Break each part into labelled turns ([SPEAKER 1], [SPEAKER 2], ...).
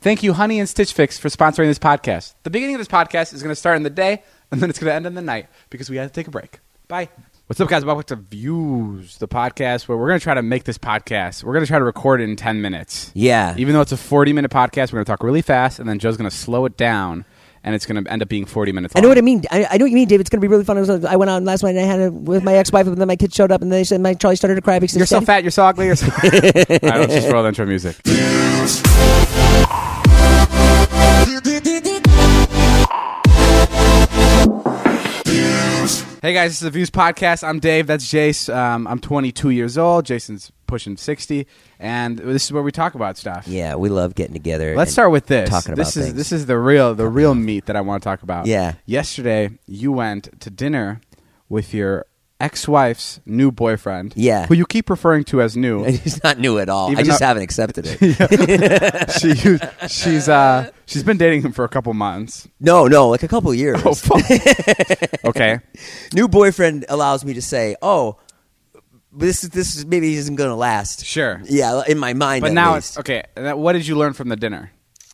[SPEAKER 1] Thank you, Honey and Stitch Fix, for sponsoring this podcast. The beginning of this podcast is going to start in the day, and then it's going to end in the night because we had to take a break. Bye. What's up, guys? Welcome to Views, the podcast where we're going to try to make this podcast. We're going to try to record it in 10 minutes.
[SPEAKER 2] Yeah.
[SPEAKER 1] Even though it's a 40 minute podcast, we're going to talk really fast, and then Joe's going to slow it down, and it's going to end up being 40 minutes
[SPEAKER 2] I know
[SPEAKER 1] long.
[SPEAKER 2] what I mean. I, I know what you mean, Dave. It's going to be really fun. It was- I went out last night and I had a, with my ex-wife, and then my kids showed up, and they said my Charlie started to cry because
[SPEAKER 1] You're so
[SPEAKER 2] Daddy-
[SPEAKER 1] fat, you're so ugly. You're so- All right, let's just roll the intro music. Hey guys, this is the Views Podcast. I'm Dave. That's Jace. Um, I'm 22 years old. Jason's pushing 60, and this is where we talk about stuff.
[SPEAKER 2] Yeah, we love getting together.
[SPEAKER 1] Let's
[SPEAKER 2] and
[SPEAKER 1] start with this.
[SPEAKER 2] Talking about
[SPEAKER 1] this is
[SPEAKER 2] things.
[SPEAKER 1] this is the real the real meat that I want to talk about.
[SPEAKER 2] Yeah.
[SPEAKER 1] Yesterday, you went to dinner with your ex-wife's new boyfriend.
[SPEAKER 2] Yeah.
[SPEAKER 1] Who you keep referring to as new.
[SPEAKER 2] It's not new at all. I
[SPEAKER 1] Even
[SPEAKER 2] just
[SPEAKER 1] though-
[SPEAKER 2] haven't accepted it.
[SPEAKER 1] she you- she's uh she's been dating him for a couple months.
[SPEAKER 2] no, no, like a couple of years.
[SPEAKER 1] Oh fuck. okay.
[SPEAKER 2] New boyfriend allows me to say, "Oh, this is this is, maybe isn't going to last."
[SPEAKER 1] Sure.
[SPEAKER 2] Yeah, in my mind.
[SPEAKER 1] But
[SPEAKER 2] at
[SPEAKER 1] now
[SPEAKER 2] least.
[SPEAKER 1] it's okay. and that- What did you learn from the dinner?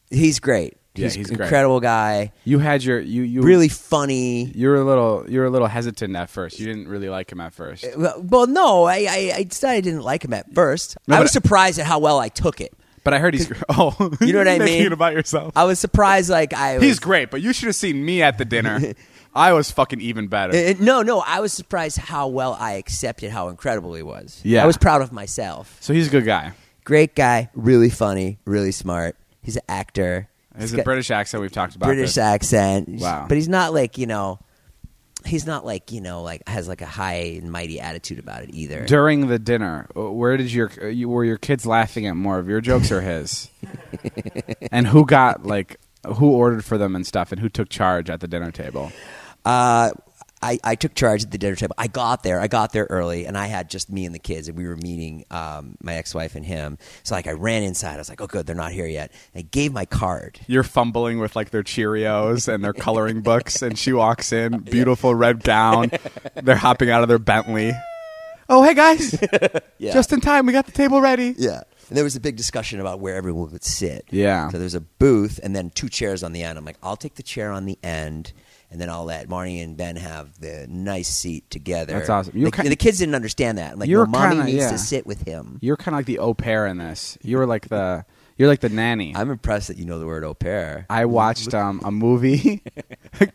[SPEAKER 2] he's great.
[SPEAKER 1] Yeah, he's
[SPEAKER 2] he's
[SPEAKER 1] great.
[SPEAKER 2] incredible guy.
[SPEAKER 1] You had your you you
[SPEAKER 2] Really funny.
[SPEAKER 1] you were a little you were a little hesitant at first. You didn't really like him at first.
[SPEAKER 2] Well, well, no, I, I, I decided I didn't like him at first.
[SPEAKER 1] No,
[SPEAKER 2] I
[SPEAKER 1] but-
[SPEAKER 2] was surprised at how well I took it.
[SPEAKER 1] But I heard he's oh
[SPEAKER 2] You know what I
[SPEAKER 1] making
[SPEAKER 2] mean?
[SPEAKER 1] it about yourself.
[SPEAKER 2] I was surprised, like I. Was,
[SPEAKER 1] He's great, but you should have seen me at the dinner. I was fucking even better.
[SPEAKER 2] Uh, no, no, I was surprised how well I accepted how incredible he was.
[SPEAKER 1] Yeah.
[SPEAKER 2] I was proud of myself.
[SPEAKER 1] So he's a good guy.
[SPEAKER 2] Great guy, really funny, really smart. He's an actor.
[SPEAKER 1] He's
[SPEAKER 2] He's
[SPEAKER 1] a
[SPEAKER 2] got
[SPEAKER 1] British accent we've talked about.
[SPEAKER 2] British
[SPEAKER 1] this.
[SPEAKER 2] accent.
[SPEAKER 1] Wow.
[SPEAKER 2] But he's not like you know, he's not like you know like has like a high and mighty attitude about it either.
[SPEAKER 1] During the dinner, uh, where did your uh, you, were your kids laughing at more of your jokes or his? and who got like who ordered for them and stuff, and who took charge at the dinner table?
[SPEAKER 2] Uh, I, I took charge at the dinner table. I got there. I got there early, and I had just me and the kids, and we were meeting um, my ex-wife and him. So like, I ran inside. I was like, "Oh, good, they're not here yet." I gave my card.
[SPEAKER 1] You're fumbling with like their Cheerios and their coloring books, and she walks in, beautiful red gown. They're hopping out of their Bentley. Oh hey guys,
[SPEAKER 2] Yeah.
[SPEAKER 1] just in time, we got the table ready.
[SPEAKER 2] Yeah. And there was a big discussion about where everyone would sit.
[SPEAKER 1] Yeah.
[SPEAKER 2] So there's a booth and then two chairs on the end. I'm like, I'll take the chair on the end, and then I'll let Marnie and Ben have the nice seat together.
[SPEAKER 1] That's awesome. You
[SPEAKER 2] The,
[SPEAKER 1] were ki-
[SPEAKER 2] the kids didn't understand that. I'm like,
[SPEAKER 1] You
[SPEAKER 2] no,
[SPEAKER 1] were
[SPEAKER 2] Marnie
[SPEAKER 1] kinda-
[SPEAKER 2] needs
[SPEAKER 1] yeah.
[SPEAKER 2] to sit with him.
[SPEAKER 1] You're kind of like the au pair in this. You were like the you're like the nanny. i
[SPEAKER 2] I'm impressed that you know the word au pair.
[SPEAKER 1] watched um, a movie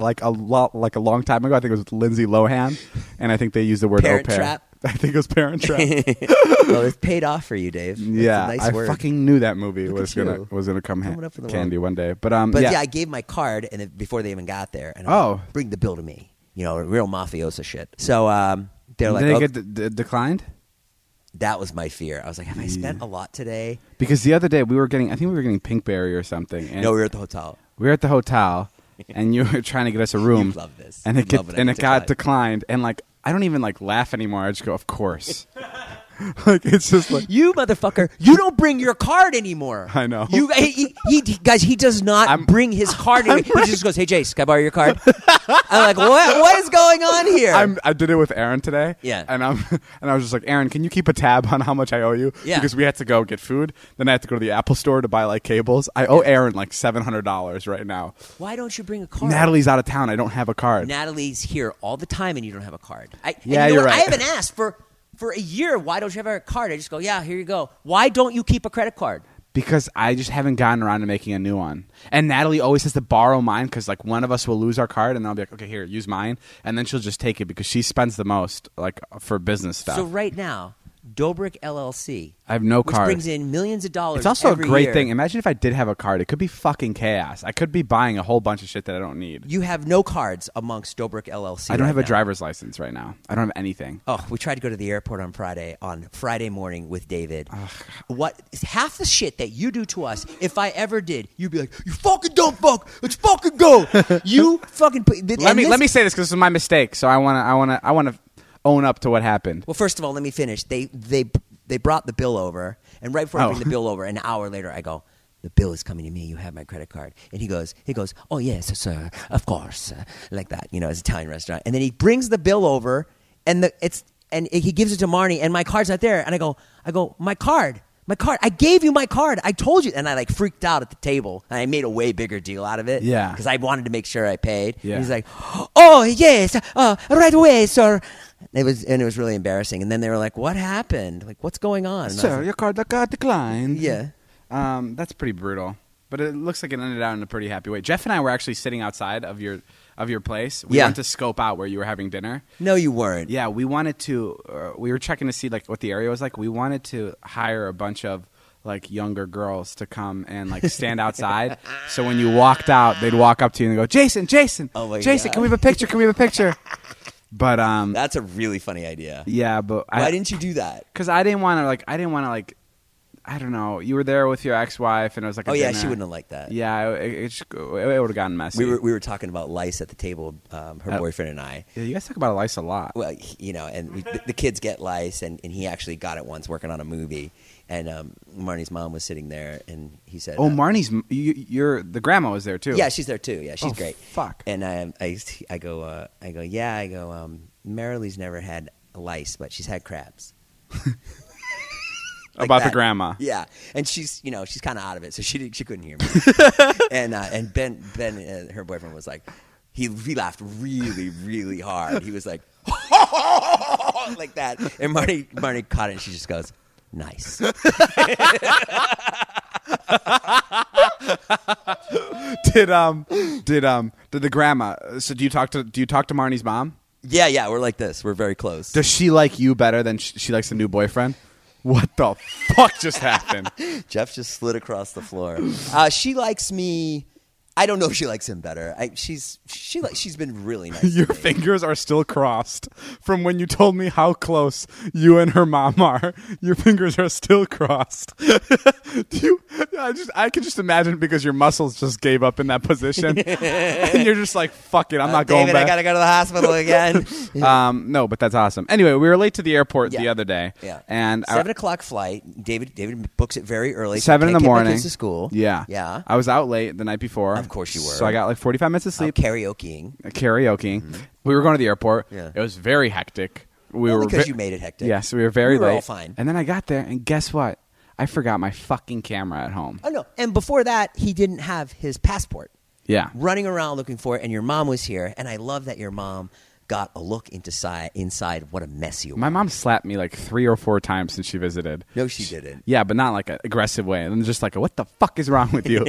[SPEAKER 1] like a lot like a long time ago. I think it was with Lindsay Lohan, and I think they used the word
[SPEAKER 2] Parent
[SPEAKER 1] au pair.
[SPEAKER 2] Trap?
[SPEAKER 1] I think it was Parent Trap.
[SPEAKER 2] well, it paid off for you, Dave. That's
[SPEAKER 1] yeah,
[SPEAKER 2] a nice
[SPEAKER 1] I
[SPEAKER 2] word.
[SPEAKER 1] fucking knew that movie
[SPEAKER 2] Look
[SPEAKER 1] was
[SPEAKER 2] at
[SPEAKER 1] gonna
[SPEAKER 2] you.
[SPEAKER 1] was gonna come
[SPEAKER 2] Coming
[SPEAKER 1] ha-
[SPEAKER 2] up in the
[SPEAKER 1] candy one day. But um,
[SPEAKER 2] But yeah.
[SPEAKER 1] yeah,
[SPEAKER 2] I gave my card and then before they even got there, and I'm
[SPEAKER 1] Oh.
[SPEAKER 2] like, bring the bill to me. You know, real mafiosa shit. So um, they're
[SPEAKER 1] did
[SPEAKER 2] like,
[SPEAKER 1] they
[SPEAKER 2] "Oh,
[SPEAKER 1] get d- d- declined?
[SPEAKER 2] that was my fear. I was like, have I spent a lot today?
[SPEAKER 1] Because the other day we were getting, I think we were getting Pinkberry or something. And
[SPEAKER 2] No, we were at the hotel.
[SPEAKER 1] we were at the hotel, and you were trying to get us a room.
[SPEAKER 2] You love this.
[SPEAKER 1] and it
[SPEAKER 2] You love
[SPEAKER 1] get,
[SPEAKER 2] when I
[SPEAKER 1] and it
[SPEAKER 2] get
[SPEAKER 1] got declined, and like I don't even like laugh anymore. I just go, of course. like it's just like
[SPEAKER 2] You motherfucker! You don't bring your card anymore.
[SPEAKER 1] I know.
[SPEAKER 2] You he, he, he- guys, he does not
[SPEAKER 1] I'm-
[SPEAKER 2] bring his card. Anymore. He just goes, "Hey, Jace, can I borrow your card?" I'm like, "What? What is going on here?"
[SPEAKER 1] I'm, I did it with Aaron today.
[SPEAKER 2] Yeah.
[SPEAKER 1] and I'm and I was just like, Aaron, can you keep a tab on how much I owe you?
[SPEAKER 2] Yeah.
[SPEAKER 1] because we had to go get food. Then I had to go to the Apple store to buy like cables. I owe Aaron like seven hundred dollars right now.
[SPEAKER 2] Why don't you bring a card?
[SPEAKER 1] Natalie's out of town. I don't have a card.
[SPEAKER 2] Natalie's here all the time, and you don't have a card. I, and
[SPEAKER 1] Yeah,
[SPEAKER 2] you know
[SPEAKER 1] you're
[SPEAKER 2] what?
[SPEAKER 1] right.
[SPEAKER 2] I haven't asked for for a year. Why don't you have a card? I just go, "Yeah, here you go." Why don't you keep a credit card?
[SPEAKER 1] because I just haven't gotten around to making a new one. And Natalie always has to borrow mine because like one of us will lose our card, and I'll be like, okay, here, use mine, and then she'll just take it because she spends the most like for business stuff.
[SPEAKER 2] So right now, Dobrik LLC.
[SPEAKER 1] I have no
[SPEAKER 2] which
[SPEAKER 1] card.
[SPEAKER 2] brings in millions of dollars.
[SPEAKER 1] It's also a
[SPEAKER 2] every
[SPEAKER 1] great
[SPEAKER 2] year.
[SPEAKER 1] thing. Imagine if I did have a card. It could be fucking chaos. I could be buying a whole bunch of shit that I don't need.
[SPEAKER 2] You have no cards amongst Dobrik LLC.
[SPEAKER 1] I don't
[SPEAKER 2] right
[SPEAKER 1] have a
[SPEAKER 2] now.
[SPEAKER 1] driver's license right now. I don't have anything.
[SPEAKER 2] Oh, we tried to go to the airport on Friday on Friday morning with David. What half the shit that you do to us? If I ever did, you'd be like, "You fucking dumb fuck, let's fucking go." you fucking put,
[SPEAKER 1] Let me let me say this because this is my mistake. So I wanna I wanna I wanna own up to what happened.
[SPEAKER 2] Well, first of all, let me finish. They they they brought the bill over, and right before I
[SPEAKER 1] Oh.
[SPEAKER 2] bring the bill over, an hour later, I go, "The bill is coming to me. You have my credit card." And he goes, he goes, "Oh yes, sir, of course," uh, like that. You know, it's an Italian restaurant. And then he brings the bill over, and the it's and he gives it to Marnie, and my card's not there. And I go, I go, my card. My card. I gave you my card. I told you. And I like freaked out at the table. And I made a way bigger deal out of it.
[SPEAKER 1] Yeah.
[SPEAKER 2] Because I wanted to make sure I paid. And
[SPEAKER 1] Yeah.
[SPEAKER 2] He's like, "Oh yes, uh, right away, sir." It was and it was really embarrassing. And then they were like, "What happened? Like, what's going on?" And I was
[SPEAKER 1] Sir,
[SPEAKER 2] like,
[SPEAKER 1] your card that got declined.
[SPEAKER 2] Yeah.
[SPEAKER 1] Um, that's pretty brutal. But it looks like it ended out in a pretty happy way. Jeff and I were actually sitting outside of your of your place. We
[SPEAKER 2] Yeah.
[SPEAKER 1] went to scope out where you were having dinner.
[SPEAKER 2] no, you weren't.
[SPEAKER 1] Yeah, we wanted to. Uh, we were checking to see like what the area was like. We wanted to hire a bunch of like younger girls to come and like stand outside. so when you walked out, they'd walk up to you and go, "Jason, Jason,
[SPEAKER 2] Oh my
[SPEAKER 1] Jason,
[SPEAKER 2] God.
[SPEAKER 1] can we have a picture? Can we have a picture?" But um,
[SPEAKER 2] That's a really funny idea.
[SPEAKER 1] yeah, but
[SPEAKER 2] Why
[SPEAKER 1] I,
[SPEAKER 2] didn't you do that?
[SPEAKER 1] because I didn't want to like I didn't want to like I don't know. You were there with your ex-wife, and it was like a
[SPEAKER 2] Oh yeah,
[SPEAKER 1] dinner.
[SPEAKER 2] she wouldn't have liked that.
[SPEAKER 1] Yeah, it, it, just- it would have gotten messy.
[SPEAKER 2] We were we were talking about lice at the table, um, her
[SPEAKER 1] Uh,
[SPEAKER 2] boyfriend and I.
[SPEAKER 1] yeah, you guys talk about lice a lot.
[SPEAKER 2] Well, he- you know, and we, the, the kids get lice, and, and he actually got it once working on a movie. And um, Marnie's mom was sitting there, and he said,
[SPEAKER 1] Oh,
[SPEAKER 2] uh,
[SPEAKER 1] Marnie's m- you, you're the grandma was there too.
[SPEAKER 2] Yeah, she's there too. Yeah, she's
[SPEAKER 1] Oh,
[SPEAKER 2] great.
[SPEAKER 1] fuck.
[SPEAKER 2] And I, I, I go, uh, I go, yeah, I go. Um, Marilee's never had lice, but she's had crabs. Like
[SPEAKER 1] about the
[SPEAKER 2] that.
[SPEAKER 1] grandma.
[SPEAKER 2] Yeah, and she's, you know, she's kind of out of it, so she didn't, she couldn't hear me. and uh, and Ben, Ben, uh, her boyfriend was like, he he laughed really, really hard. He was like, like that. And Marty, Marty caught it, and she just goes, nice.
[SPEAKER 1] did um did um did the grandma uh, so do you talk to do you talk to marnie's mom
[SPEAKER 2] Yeah, yeah, we're like this. We're very close.
[SPEAKER 1] does she like you better than sh- she likes the new boyfriend what the fuck just happened
[SPEAKER 2] Jeff just slid across the floor. Uh, she likes me. I don't know if she likes him better. I, she's she like she's been really nice. to
[SPEAKER 1] your
[SPEAKER 2] me.
[SPEAKER 1] fingers are still crossed from when you told me how close you and her mom are your fingers are still crossed do you i just i can just imagine because your muscles just gave up in that position and you're just like fuck it i'm
[SPEAKER 2] Uh,
[SPEAKER 1] not going
[SPEAKER 2] David,
[SPEAKER 1] back
[SPEAKER 2] I gotta go to the hospital again.
[SPEAKER 1] um no but that's awesome anyway we were late to the airport the
[SPEAKER 2] Yeah.
[SPEAKER 1] other day
[SPEAKER 2] yeah,
[SPEAKER 1] and I-
[SPEAKER 2] seven o'clock flight. David David books it very early. so
[SPEAKER 1] seven
[SPEAKER 2] I
[SPEAKER 1] in the
[SPEAKER 2] can't get my
[SPEAKER 1] morning
[SPEAKER 2] kids to school.
[SPEAKER 1] Yeah,
[SPEAKER 2] yeah.
[SPEAKER 1] I was out late the night before.
[SPEAKER 2] Of course you were.
[SPEAKER 1] So I got like forty five minutes of
[SPEAKER 2] I'm
[SPEAKER 1] sleep,
[SPEAKER 2] karaokeing.
[SPEAKER 1] karaoke. We were going to the airport.
[SPEAKER 2] Mm-hmm. Yeah.
[SPEAKER 1] it was very hectic. We
[SPEAKER 2] Well,
[SPEAKER 1] were
[SPEAKER 2] because
[SPEAKER 1] ve-
[SPEAKER 2] you made it hectic.
[SPEAKER 1] Yes, we were very
[SPEAKER 2] We were
[SPEAKER 1] late.
[SPEAKER 2] all fine.
[SPEAKER 1] And then I got there, and guess what? I forgot my fucking camera at home.
[SPEAKER 2] Oh no! And before that, he didn't have his passport.
[SPEAKER 1] Yeah.
[SPEAKER 2] running around looking for it, and your mom was here. And I love that your mom got a look into si- inside. What a mess you were.
[SPEAKER 1] My mom slapped me like three or four times since she visited.
[SPEAKER 2] No, she didn't.
[SPEAKER 1] Yeah, but not like an aggressive way. And just like, what the fuck is wrong with you?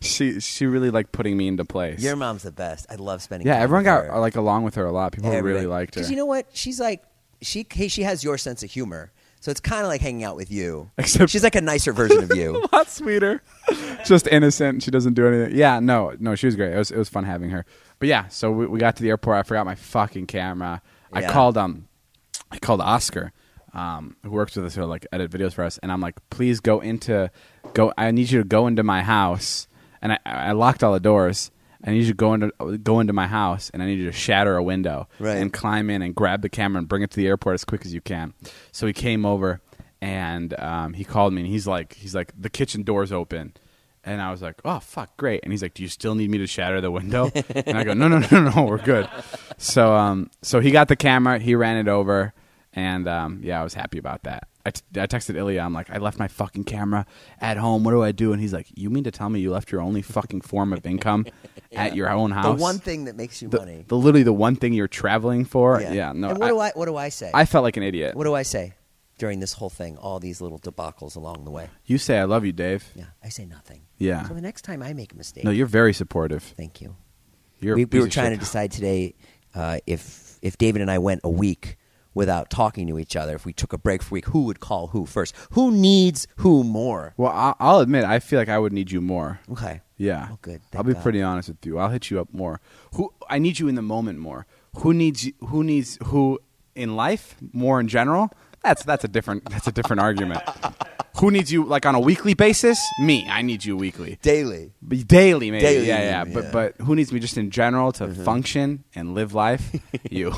[SPEAKER 1] she she really liked putting me into place.
[SPEAKER 2] Your mom's the best. I love spending.
[SPEAKER 1] yeah,
[SPEAKER 2] time
[SPEAKER 1] everyone got
[SPEAKER 2] with her.
[SPEAKER 1] like along with her a lot. People Oh, really liked her.
[SPEAKER 2] Because you know what? She's like she hey, she has your sense of humor, so it's kind of like hanging out with you.
[SPEAKER 1] Except-
[SPEAKER 2] she's like a nicer version of you.
[SPEAKER 1] a lot sweeter. Just innocent. She doesn't do anything. Yeah, no, no, she was great. It was, it was fun having her. But yeah, so we, we got to the airport. I forgot my fucking camera. I
[SPEAKER 2] Yeah.
[SPEAKER 1] called um, I called Oscar, um, who works with us who like edit videos for us, and I'm like, please go into, go. I need you to go into my house, and I, I locked all the doors. I need you to go into go into my house, and I need you to shatter a window
[SPEAKER 2] Right.
[SPEAKER 1] and climb in and grab the camera and bring it to the airport as quick as you can. So he came over and um, he called me and he's like, he's like, the kitchen door's open. And I was like, oh, fuck, great. And he's like, do you still need me to shatter the window? and I go, no, no, no, no, no, we're good. So, um, so he got the camera, he ran it over. And um, yeah, I was happy about that. I, t- I texted Ilya. I'm like, I left my fucking camera at home. What do I do? And he's like, You mean to tell me you left your only fucking form of income at your own
[SPEAKER 2] The
[SPEAKER 1] house?
[SPEAKER 2] one thing that makes you money.
[SPEAKER 1] the literally the one thing you're traveling for. Yeah, no.
[SPEAKER 2] And what
[SPEAKER 1] I,
[SPEAKER 2] do I what do I say?
[SPEAKER 1] I felt like an idiot.
[SPEAKER 2] what do I say during this whole thing? All these little debacles along the way.
[SPEAKER 1] you say I love you, Dave.
[SPEAKER 2] Yeah, I say nothing.
[SPEAKER 1] Yeah.
[SPEAKER 2] So the next time I make a mistake,
[SPEAKER 1] No, you're very supportive.
[SPEAKER 2] thank you.
[SPEAKER 1] You're a
[SPEAKER 2] we, we
[SPEAKER 1] piece
[SPEAKER 2] were
[SPEAKER 1] of
[SPEAKER 2] trying to
[SPEAKER 1] shit.
[SPEAKER 2] decide today uh, if if David and I went a week without talking to each other. If we took a break for a week, who would call who first? Who needs who more?
[SPEAKER 1] Well, I- I'll admit, I feel like I would need you more.
[SPEAKER 2] Okay.
[SPEAKER 1] Yeah.
[SPEAKER 2] Oh, good.
[SPEAKER 1] I'll
[SPEAKER 2] Thank
[SPEAKER 1] be
[SPEAKER 2] God.
[SPEAKER 1] pretty honest with you. I'll hit you up more. Who I need you in the moment more. Who needs you- who needs who in life more in general? That's that's a different that's a different argument. Who needs you like on a weekly basis? Me. I need you weekly.
[SPEAKER 2] Daily.
[SPEAKER 1] But daily maybe.
[SPEAKER 2] Daily,
[SPEAKER 1] yeah, yeah.
[SPEAKER 2] maybe,
[SPEAKER 1] But
[SPEAKER 2] yeah. Mm-hmm.
[SPEAKER 1] but who needs me just in general to function and live life? you.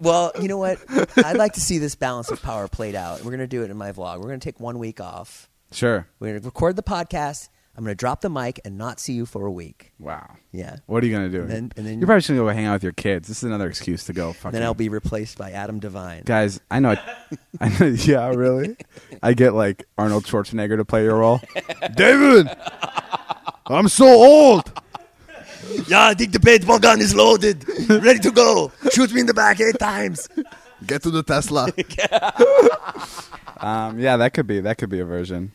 [SPEAKER 2] Well, you know what? I'd like to see this balance of power played out. We're going to do it in my vlog. We're going to take one week off.
[SPEAKER 1] Sure.
[SPEAKER 2] We're going to record the podcast. I'm going to drop the mic and not see you for a week.
[SPEAKER 1] Wow.
[SPEAKER 2] Yeah.
[SPEAKER 1] What are you gonna do?
[SPEAKER 2] And then- and then-
[SPEAKER 1] You're probably just gonna go hang out with your kids. This is another excuse to go fucking
[SPEAKER 2] Then I'll be replaced by Adam Devine.
[SPEAKER 1] guys i know i know yeah really i get like arnold schwarzenegger to play your role david i'm so old
[SPEAKER 2] Yeah, I think the paintball gun is loaded. Ready to go. Shoot me in the back eight times.
[SPEAKER 1] get to the tesla um, yeah that could be that could be a version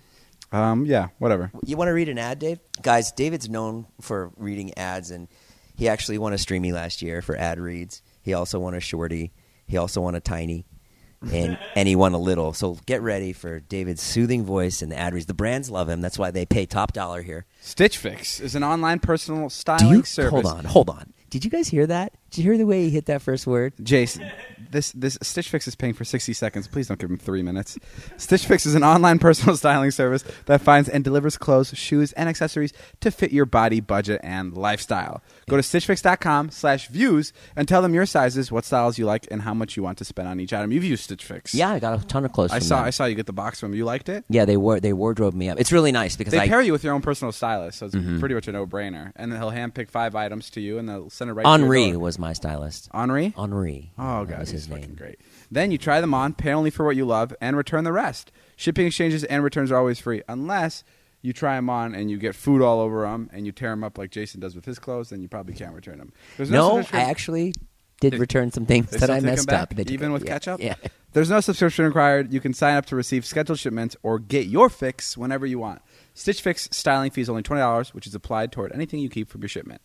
[SPEAKER 1] um, yeah whatever
[SPEAKER 2] You want to read an ad, Dave? Guys, David's known for reading ads, and he actually won a Streamy last year for ad reads. He also won a Shorty. He also won a Tiny. And, and he won a little. So get ready for David's soothing voice and the ad reads. The brands love him. That's why they pay top dollar here.
[SPEAKER 1] stitch fix is an online personal
[SPEAKER 2] Do
[SPEAKER 1] styling
[SPEAKER 2] you,
[SPEAKER 1] service
[SPEAKER 2] hold on, hold on. Did you guys hear that? Did you hear the way he hit that first word?
[SPEAKER 1] Jason, this this Stitch Fix is paying for 60 seconds. Please don't give him 3 minutes. Stitch Fix is an online personal styling service that finds and delivers clothes, shoes, and accessories to fit your body, budget, and lifestyle. Go to stitchfix.com/views and tell them your sizes, what styles you like, and how much you want to spend on each item. You've used Stitch Fix.
[SPEAKER 2] Yeah, I got a ton of clothes.
[SPEAKER 1] I
[SPEAKER 2] from
[SPEAKER 1] saw
[SPEAKER 2] them.
[SPEAKER 1] I saw you get the box from. 'em. You liked it?
[SPEAKER 2] Yeah, they wore they wardrobe me up. It's really nice because
[SPEAKER 1] They
[SPEAKER 2] I Mm-hmm.
[SPEAKER 1] pair you with your own personal stylist, so it's pretty much a no-brainer. And then he'll handpick 5 items to you and they'll send it right to
[SPEAKER 2] Henri
[SPEAKER 1] you.
[SPEAKER 2] was my stylist.
[SPEAKER 1] Henri?
[SPEAKER 2] Henri.
[SPEAKER 1] Oh
[SPEAKER 2] that
[SPEAKER 1] god,
[SPEAKER 2] was
[SPEAKER 1] he's fucking great. Then you try them on, pay only for what you love, and return the rest. Shipping exchanges and returns are always free, unless you try them on and you get food all over them and you tear them up like Jason does with his clothes, then you probably can't return them. There's
[SPEAKER 2] No,
[SPEAKER 1] subscription-
[SPEAKER 2] I actually did
[SPEAKER 1] They-
[SPEAKER 2] return some things
[SPEAKER 1] they
[SPEAKER 2] that
[SPEAKER 1] still
[SPEAKER 2] I
[SPEAKER 1] take 'em
[SPEAKER 2] messed
[SPEAKER 1] back,
[SPEAKER 2] up. They took
[SPEAKER 1] even
[SPEAKER 2] it-
[SPEAKER 1] with
[SPEAKER 2] yeah,
[SPEAKER 1] ketchup.
[SPEAKER 2] Yeah.
[SPEAKER 1] There's no subscription required. You can sign up to receive scheduled shipments or get your fix whenever you want. Stitch Fix styling fee is only twenty dollars, which is applied toward anything you keep from your shipment.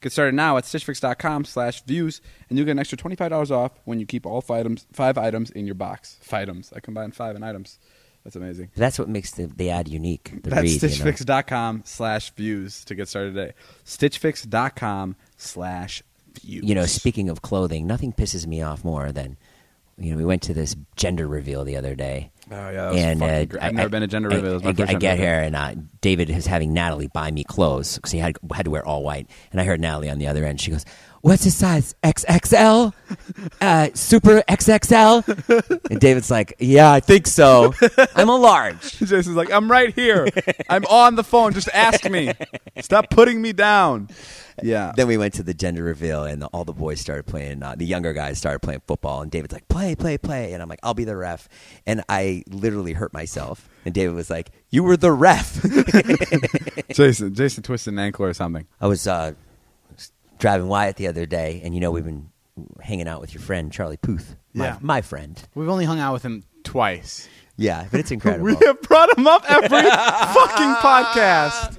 [SPEAKER 1] Get started now at stitchfix.com/views, and you get an extra twenty-five dollars off when you keep all five items, five items in your box. Five items. I combined five and items. That's amazing.
[SPEAKER 2] That's what makes the, the ad unique. The
[SPEAKER 1] That's
[SPEAKER 2] read, you know?
[SPEAKER 1] stitchfix.com slash views to get started today. Stitchfix.com slash views.
[SPEAKER 2] You know, speaking of clothing, nothing pisses me off more than you know. We went to this gender reveal the other day. uh,
[SPEAKER 1] Oh, yeah, that was fucking great. I've never been to gender
[SPEAKER 2] I-
[SPEAKER 1] reveal. It was my
[SPEAKER 2] I,
[SPEAKER 1] first
[SPEAKER 2] I
[SPEAKER 1] time
[SPEAKER 2] get
[SPEAKER 1] to go.
[SPEAKER 2] here, and uh, David is having Natalie buy me clothes because he had had to wear all white. And I heard Natalie on the other end. She goes, "What's his size? XXL, uh, super XXL." and David's like, "Yeah, I think so. I'm a large."
[SPEAKER 1] Jason's like, I'm right here. I'm on the phone. Just ask me. Stop putting me down. Yeah.
[SPEAKER 2] Then we went to the gender reveal, and the, all the boys started playing. Uh, the younger guys started playing football, and David's like, "Play, play, play!" And I'm like, "I'll be the ref," and I literally hurt myself. And David was like, "You were the ref."
[SPEAKER 1] Jason, Jason twisted an ankle or something.
[SPEAKER 2] I was uh, driving Wyatt the other day, and you know we've been hanging out with your friend Charlie Puth, my,
[SPEAKER 1] Yeah.
[SPEAKER 2] my friend.
[SPEAKER 1] We've only hung out with him twice.
[SPEAKER 2] Yeah, but it's incredible.
[SPEAKER 1] We have brought him up every fucking podcast.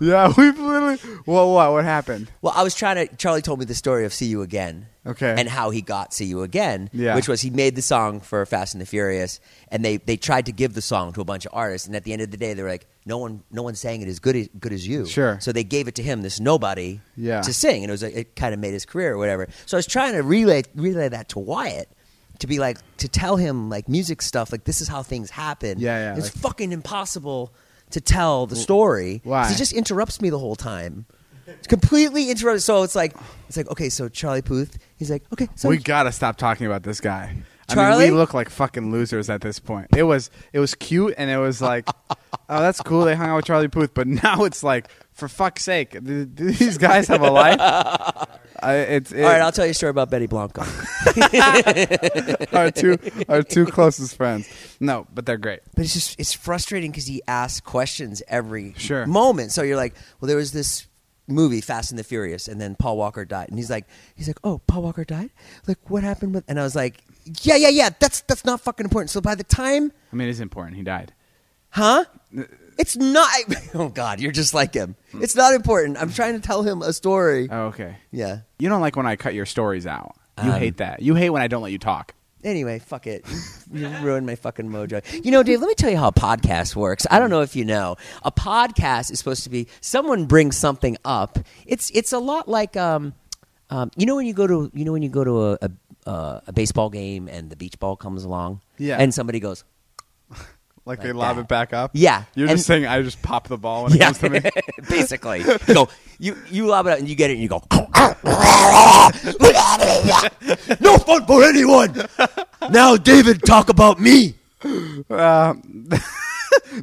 [SPEAKER 1] Yeah, we've literally. Well, what? What happened?
[SPEAKER 2] Well, I was trying to. Charlie told me the story of "See You Again,"
[SPEAKER 1] Okay.
[SPEAKER 2] and how he got "See You Again,"
[SPEAKER 1] Yeah.
[SPEAKER 2] which was he made the song for Fast and the Furious, and they they tried to give the song to a bunch of artists, and at the end of the day, they were like, "No one, no one sang it as good as good as you."
[SPEAKER 1] Sure.
[SPEAKER 2] So they gave it to him, this nobody,
[SPEAKER 1] Yeah.
[SPEAKER 2] to sing, and it was like, it kind of made his career or whatever. So I was trying to relay relay that to Wyatt. To be like to tell him like music stuff like this is how things happen.
[SPEAKER 1] Yeah, yeah,
[SPEAKER 2] It's
[SPEAKER 1] like-
[SPEAKER 2] fucking impossible to tell the story. 'cause
[SPEAKER 1] why?
[SPEAKER 2] He just interrupts me the whole time. It's completely interrupted. So it's like it's like okay, so Charlie Puth, he's like okay, so
[SPEAKER 1] we gotta stop talking about this guy. I
[SPEAKER 2] Charlie?
[SPEAKER 1] mean, we look like fucking losers at this point. It was it was cute, and it was like, oh, that's cool. They hung out with Charlie Puth, but now it's like, for fuck's sake, th- th- these guys have a life. I, it's it,
[SPEAKER 2] all right, I'll tell you a story about Betty Blanco.
[SPEAKER 1] our two our two closest friends. No, but they're great.
[SPEAKER 2] but it's just it's frustrating because he asks questions every
[SPEAKER 1] Sure.
[SPEAKER 2] moment. So you're like, well, there was this movie Fast and the Furious, and then Paul Walker died, and he's like, he's like, oh, Paul Walker died. Like, what happened with? And I was like, yeah, yeah, yeah. That's that's not fucking important. So by the time,
[SPEAKER 1] I mean, it's important. He died.
[SPEAKER 2] huh? It's not. Oh God, you're just like him. It's not important. I'm trying to tell him a story.
[SPEAKER 1] Oh, okay.
[SPEAKER 2] Yeah.
[SPEAKER 1] You don't like when I cut your stories out. You
[SPEAKER 2] Um,
[SPEAKER 1] hate that. You hate when I don't let you talk.
[SPEAKER 2] Anyway, fuck it. You ruined my fucking mojo. You know, Dave, let me tell you how a podcast works. I don't know if you know. A podcast is supposed to be someone brings something up. It's it's a lot like um, um you know when you go to you know when you go to a a, uh, a baseball game and the beach ball comes along.
[SPEAKER 1] Yeah.
[SPEAKER 2] And somebody goes,
[SPEAKER 1] Like, they
[SPEAKER 2] Like
[SPEAKER 1] lob
[SPEAKER 2] that.
[SPEAKER 1] it back up.
[SPEAKER 2] Yeah,
[SPEAKER 1] You're
[SPEAKER 2] and-
[SPEAKER 1] just saying I just pop the ball when it comes to me.
[SPEAKER 2] basically. You go, you, you lob it out and you get it and you go, look at it. No fun for anyone. Now, David, talk about me.
[SPEAKER 1] Uh,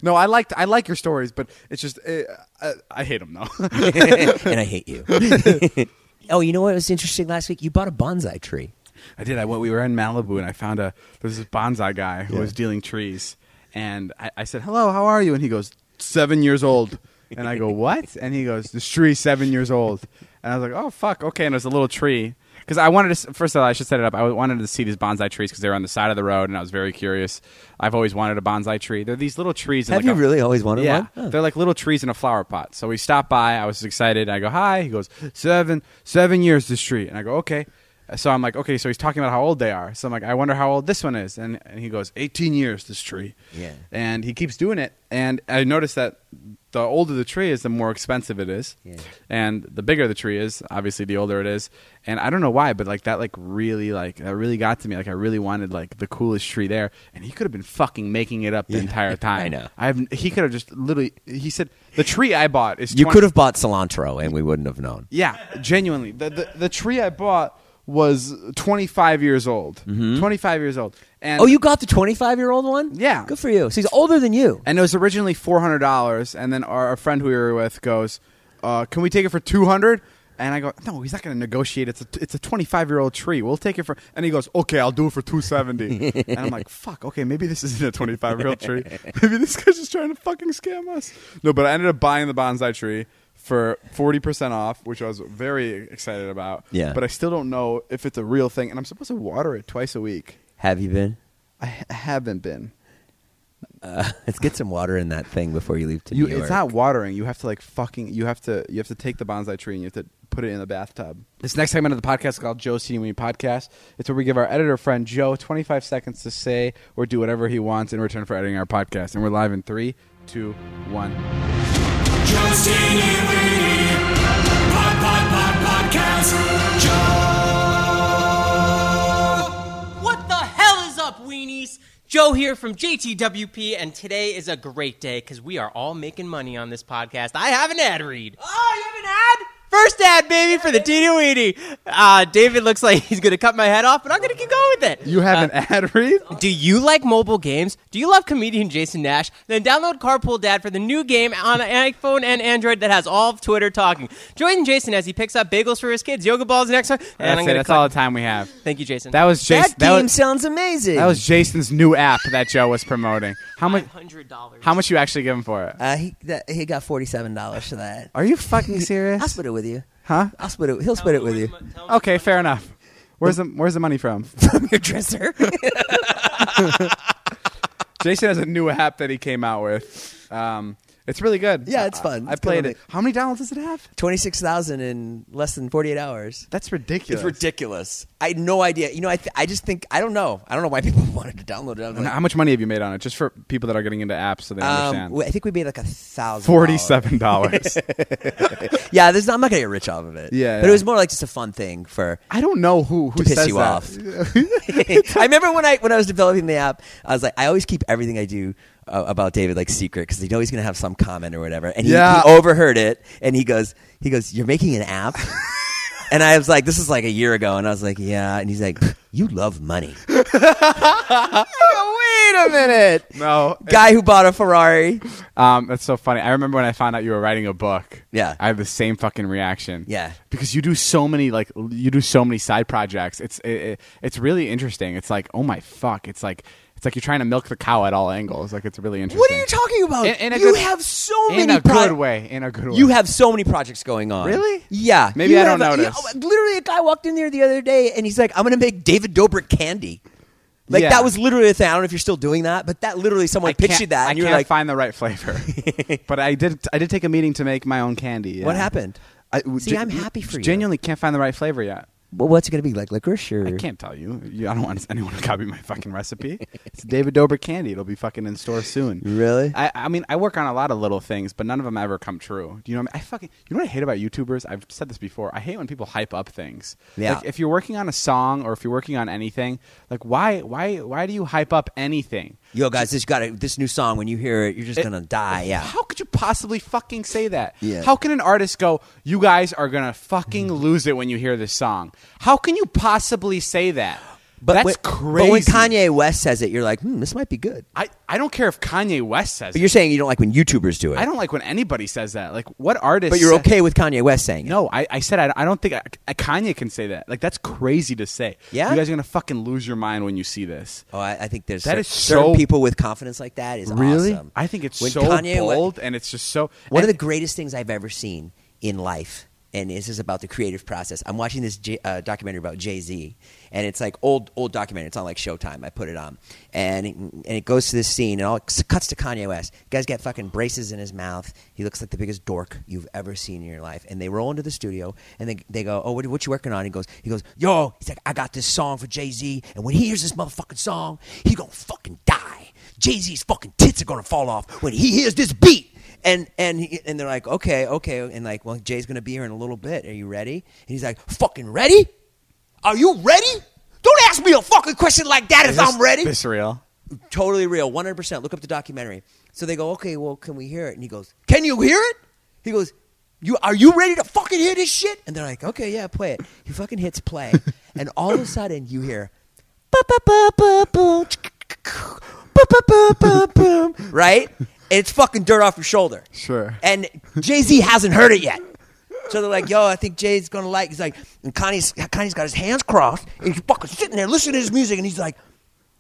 [SPEAKER 1] No, I liked I like your stories, but it's just uh, I, I hate them though.
[SPEAKER 2] and I hate you. oh, you know what was interesting last week? You bought a bonsai tree.
[SPEAKER 1] I did. I went. We were in Malibu, and I found a there's this bonsai guy who was dealing trees, and I, I said, "Hello, how are you?" And he goes, seven years old." And I go, "What?" And he goes, "This tree, seven years old." And I was like, "Oh fuck, okay." And it was a little tree because I wanted to. s- First of all, I should set it up. I wanted to see these bonsai trees because they were on the side of the road, and I was very curious. I've always wanted a bonsai tree. They're these little trees. in,
[SPEAKER 2] Have
[SPEAKER 1] like
[SPEAKER 2] you
[SPEAKER 1] a-
[SPEAKER 2] really always wanted
[SPEAKER 1] yeah,
[SPEAKER 2] one? Oh.
[SPEAKER 1] they're like little trees in a flower pot. So we stopped by. I was excited. I go, "Hi." He goes, seven, seven years this tree," and I go, "Okay." So I'm like, "Okay." So he's talking about how old they are. So I'm like, "I wonder how old this one is," and, and he goes, "18 years this tree."
[SPEAKER 2] Yeah.
[SPEAKER 1] And he keeps doing it, and I noticed that the older the tree is, the more expensive it is,
[SPEAKER 2] Yeah.
[SPEAKER 1] and the bigger the tree is, obviously, the older it is. And I don't know why, but like that, like really, like that really got to me. Like I really wanted like the coolest tree there, and he could have been fucking making it up the entire time.
[SPEAKER 2] I know.
[SPEAKER 1] I have. He could have just literally. He said the tree I bought is.
[SPEAKER 2] You
[SPEAKER 1] 20
[SPEAKER 2] could have bought cilantro and we wouldn't have known.
[SPEAKER 1] Yeah, genuinely, the the, the tree I bought was 25 years old. 25 years old. And
[SPEAKER 2] Mm-hmm. Oh, you got the 25 year old one?
[SPEAKER 1] Yeah.
[SPEAKER 2] Good for you. So he's older than you.
[SPEAKER 1] And it was originally four hundred dollars, and then our, our friend who we were with goes, uh, "Can we take it for 200 And I go, "No, he's not going to negotiate. It's a it's a twenty five year old tree. We'll take it for." And he goes, "Okay, I'll do it for 270 And I'm like, "Fuck, okay, maybe this isn't a twenty five year old tree. Maybe this guy's just trying to fucking scam us." No, but I ended up buying the bonsai tree for forty percent off, which I was very excited about.
[SPEAKER 2] Yeah.
[SPEAKER 1] but I still don't know if it's a real thing, and I'm supposed to water it twice a week.
[SPEAKER 2] Have you been?
[SPEAKER 1] I ha- haven't been.
[SPEAKER 2] Let's get some water in that thing before you leave to
[SPEAKER 1] You,
[SPEAKER 2] New York.
[SPEAKER 1] it's not watering. You have to like fucking. You have to. You have to take the bonsai tree and you have to put it in the bathtub. This next segment of the podcast is called Joe Seeing Me Podcast. It's where we give our editor friend Joe 25 seconds to say or do whatever he wants in return for editing our podcast. And we're live in three, two, one.
[SPEAKER 3] Just in Pod, pod, pod, podcast.
[SPEAKER 4] What the hell is up, weenies? Joe here from JTWP, and today is a great day because we are all making money on this podcast. I have an ad read. Oh, you have an ad? First ad, baby, for the Teeny Weenie. Uh, David looks like he's going to cut my head off, but I'm going to keep going with it.
[SPEAKER 1] You have an ad read?
[SPEAKER 4] Do you like mobile games? Do you love comedian Jason Nash? Then download Carpool Dad for the new game on an iPhone and Android that has all of Twitter talking. Join Jason as he picks up bagels for his kids, yoga balls next time. And
[SPEAKER 1] That's it.
[SPEAKER 4] gonna
[SPEAKER 1] That's
[SPEAKER 4] cut-
[SPEAKER 1] all the time we have.
[SPEAKER 4] Thank you, Jason.
[SPEAKER 1] That was Jason.
[SPEAKER 2] that,
[SPEAKER 1] That,
[SPEAKER 2] game
[SPEAKER 1] was,
[SPEAKER 2] sounds amazing.
[SPEAKER 1] that was Jason's new app that Joe was promoting. How much?
[SPEAKER 4] hundred dollars.
[SPEAKER 1] How much you actually give him for it?
[SPEAKER 2] Uh, he, that, he got $47 for that.
[SPEAKER 1] Are you fucking serious?
[SPEAKER 2] I'll split it with you.
[SPEAKER 1] Huh?
[SPEAKER 2] I'll split it. He'll split it with you.
[SPEAKER 1] Okay, fair enough. Where's the Where's the money from?
[SPEAKER 2] From your dresser.
[SPEAKER 1] Jason has a new app that he came out with. Um, it's really good.
[SPEAKER 2] Yeah, it's
[SPEAKER 1] I-
[SPEAKER 2] fun.
[SPEAKER 1] I,
[SPEAKER 2] It's
[SPEAKER 1] played
[SPEAKER 2] good.
[SPEAKER 1] it. How many downloads does it have?
[SPEAKER 2] 26,000 in less than 48 hours.
[SPEAKER 1] That's ridiculous.
[SPEAKER 2] It's ridiculous. I had no idea. You know, I, th- I just think I don't know. I don't know why people wanted to download it. I was
[SPEAKER 1] And
[SPEAKER 2] like,
[SPEAKER 1] How much money have you made on it? Just for people that are getting into apps, so they
[SPEAKER 2] um,
[SPEAKER 1] understand.
[SPEAKER 2] wait, I think we made like a thousand.
[SPEAKER 1] Forty-seven dollars.
[SPEAKER 2] dollars. Yeah, this is, I'm not gonna get rich off of it.
[SPEAKER 1] Yeah,
[SPEAKER 2] but
[SPEAKER 1] yeah.
[SPEAKER 2] it was more like just a fun thing for.
[SPEAKER 1] I don't know who who
[SPEAKER 2] To piss
[SPEAKER 1] says
[SPEAKER 2] you
[SPEAKER 1] that.
[SPEAKER 2] off. I remember when I when I was developing the app, I was like, I always keep everything I do uh, about David like secret because you know he's gonna have some comment or whatever. And he,
[SPEAKER 1] Yeah.
[SPEAKER 2] he overheard it, and he goes, he goes, "You're making an app." And I was like, this is like a year ago. And I was like, yeah. And he's like, you love money. I go, wait a minute.
[SPEAKER 1] No,
[SPEAKER 2] guy who bought a Ferrari.
[SPEAKER 1] um, that's so funny. I remember when I found out you were writing a book.
[SPEAKER 2] Yeah.
[SPEAKER 1] I had the same fucking reaction.
[SPEAKER 2] Yeah.
[SPEAKER 1] because you do so many like l- you do so many side projects. It's it, it, it's really interesting. It's like oh my fuck. It's like it's like you're trying to milk the cow at all angles. Like it's really interesting.
[SPEAKER 2] What are you talking about?
[SPEAKER 1] In- in a
[SPEAKER 2] Oh, you
[SPEAKER 1] good-
[SPEAKER 2] have so
[SPEAKER 1] in
[SPEAKER 2] many
[SPEAKER 1] a
[SPEAKER 2] pro-
[SPEAKER 1] good way. In a good way.
[SPEAKER 2] You have so many projects going on.
[SPEAKER 1] Really?
[SPEAKER 2] Yeah.
[SPEAKER 1] Maybe
[SPEAKER 2] You
[SPEAKER 1] I don't
[SPEAKER 2] have a- you- oh,
[SPEAKER 1] notice.
[SPEAKER 2] literally, a guy walked in there the other day and he's like, "I'm going to make David Dobrik candy." Like
[SPEAKER 1] Yeah.
[SPEAKER 2] that was literally a thing. I don't know if you're still doing that, but that literally someone pitched you
[SPEAKER 1] can't-
[SPEAKER 2] that,
[SPEAKER 1] I
[SPEAKER 2] and you're
[SPEAKER 1] can't
[SPEAKER 2] like,
[SPEAKER 1] find the right flavor. but I did. I did take a meeting to make my own candy. yeah.
[SPEAKER 2] "What happened?"
[SPEAKER 1] I, w-
[SPEAKER 2] See, I'm happy for you.
[SPEAKER 1] Genuinely can't find the right flavor yet.
[SPEAKER 2] Well, what's it going to be like licorice or?
[SPEAKER 1] I can't tell you. you. I don't want anyone to copy my fucking recipe. It's David Dobrik candy. It'll be fucking in store soon.
[SPEAKER 2] Really?
[SPEAKER 1] I, I mean, I work on a lot of little things, but none of them ever come true. Do you know? What I, mean? I fucking. You know what I hate about YouTubers? I've said this before. I hate when people hype up things.
[SPEAKER 2] Yeah.
[SPEAKER 1] Like if you're working on a song or if you're working on anything, like why, why, why do you hype up anything?
[SPEAKER 2] Yo, guys, this got to this new song. When you hear it, you're just
[SPEAKER 1] It-
[SPEAKER 2] gonna die. Yeah.
[SPEAKER 1] How could you possibly fucking say that?
[SPEAKER 2] Yeah.
[SPEAKER 1] How can an artist go, you guys are going to fucking lose it when you hear this song? How can you possibly say that? That's
[SPEAKER 2] when,
[SPEAKER 1] crazy.
[SPEAKER 2] But when Kanye West says it, you're like, hmm, this might be good.
[SPEAKER 1] I, I don't care if Kanye West says
[SPEAKER 2] But
[SPEAKER 1] it.
[SPEAKER 2] you're saying you don't like when YouTubers do it.
[SPEAKER 1] I don't like when anybody says that. Like, what artist?
[SPEAKER 2] But you're
[SPEAKER 1] sa-
[SPEAKER 2] okay with Kanye West saying it.
[SPEAKER 1] No, I, I said I, I don't think I, I- Kanye can say that. Like, that's crazy to say.
[SPEAKER 2] Yeah?
[SPEAKER 1] You guys are going to fucking lose your mind when you see this.
[SPEAKER 2] Oh, I, I think there's
[SPEAKER 1] That
[SPEAKER 2] cer-
[SPEAKER 1] is
[SPEAKER 2] certain
[SPEAKER 1] so-
[SPEAKER 2] people with confidence like that is awesome.
[SPEAKER 1] I think it's
[SPEAKER 2] When
[SPEAKER 1] so
[SPEAKER 2] Kanye West-
[SPEAKER 1] bold and it's just so.
[SPEAKER 2] One of
[SPEAKER 1] and-
[SPEAKER 2] the greatest things I've ever seen in life, and this is about the creative process. I'm watching this J- uh, documentary about Jay Z, and it's like old old documentary. It's on like Showtime. I put it on, and it, and it goes to this scene, and all it cuts to Kanye West. Guy's got fucking braces in his mouth. He looks like the biggest dork you've ever seen in your life. And they roll into the studio, and they, they go, "Oh, what, what you working on?" He goes, "He goes, yo, he's like, I got this song for Jay Z, and when he hears this motherfucking song, he gonna fucking die. Jay Z's fucking tits are gonna fall off when he hears this beat." and and he, and they're like, okay, okay, and like, well, Jay's gonna be here in a little bit. Are you ready? And he's like, fucking ready? Are you ready? Don't ask me a fucking question like that if
[SPEAKER 1] this-
[SPEAKER 2] I'm ready.
[SPEAKER 1] This real.
[SPEAKER 2] Totally real, one hundred percent. Look up the documentary. So they go, okay, well, can we hear it? And he goes, can you hear it? He goes, you are you ready to fucking hear this shit? And they're like, okay, yeah, play it. He fucking hits play, and all of a sudden you hear, right? It's fucking dirt off your shoulder.
[SPEAKER 1] Sure.
[SPEAKER 2] And Jay Z hasn't heard it yet. So they're like, yo, I think Jay's gonna like. He's like, and Kanye's, Kanye's got his hands crossed, and he's fucking sitting there listening to his music, and he's like,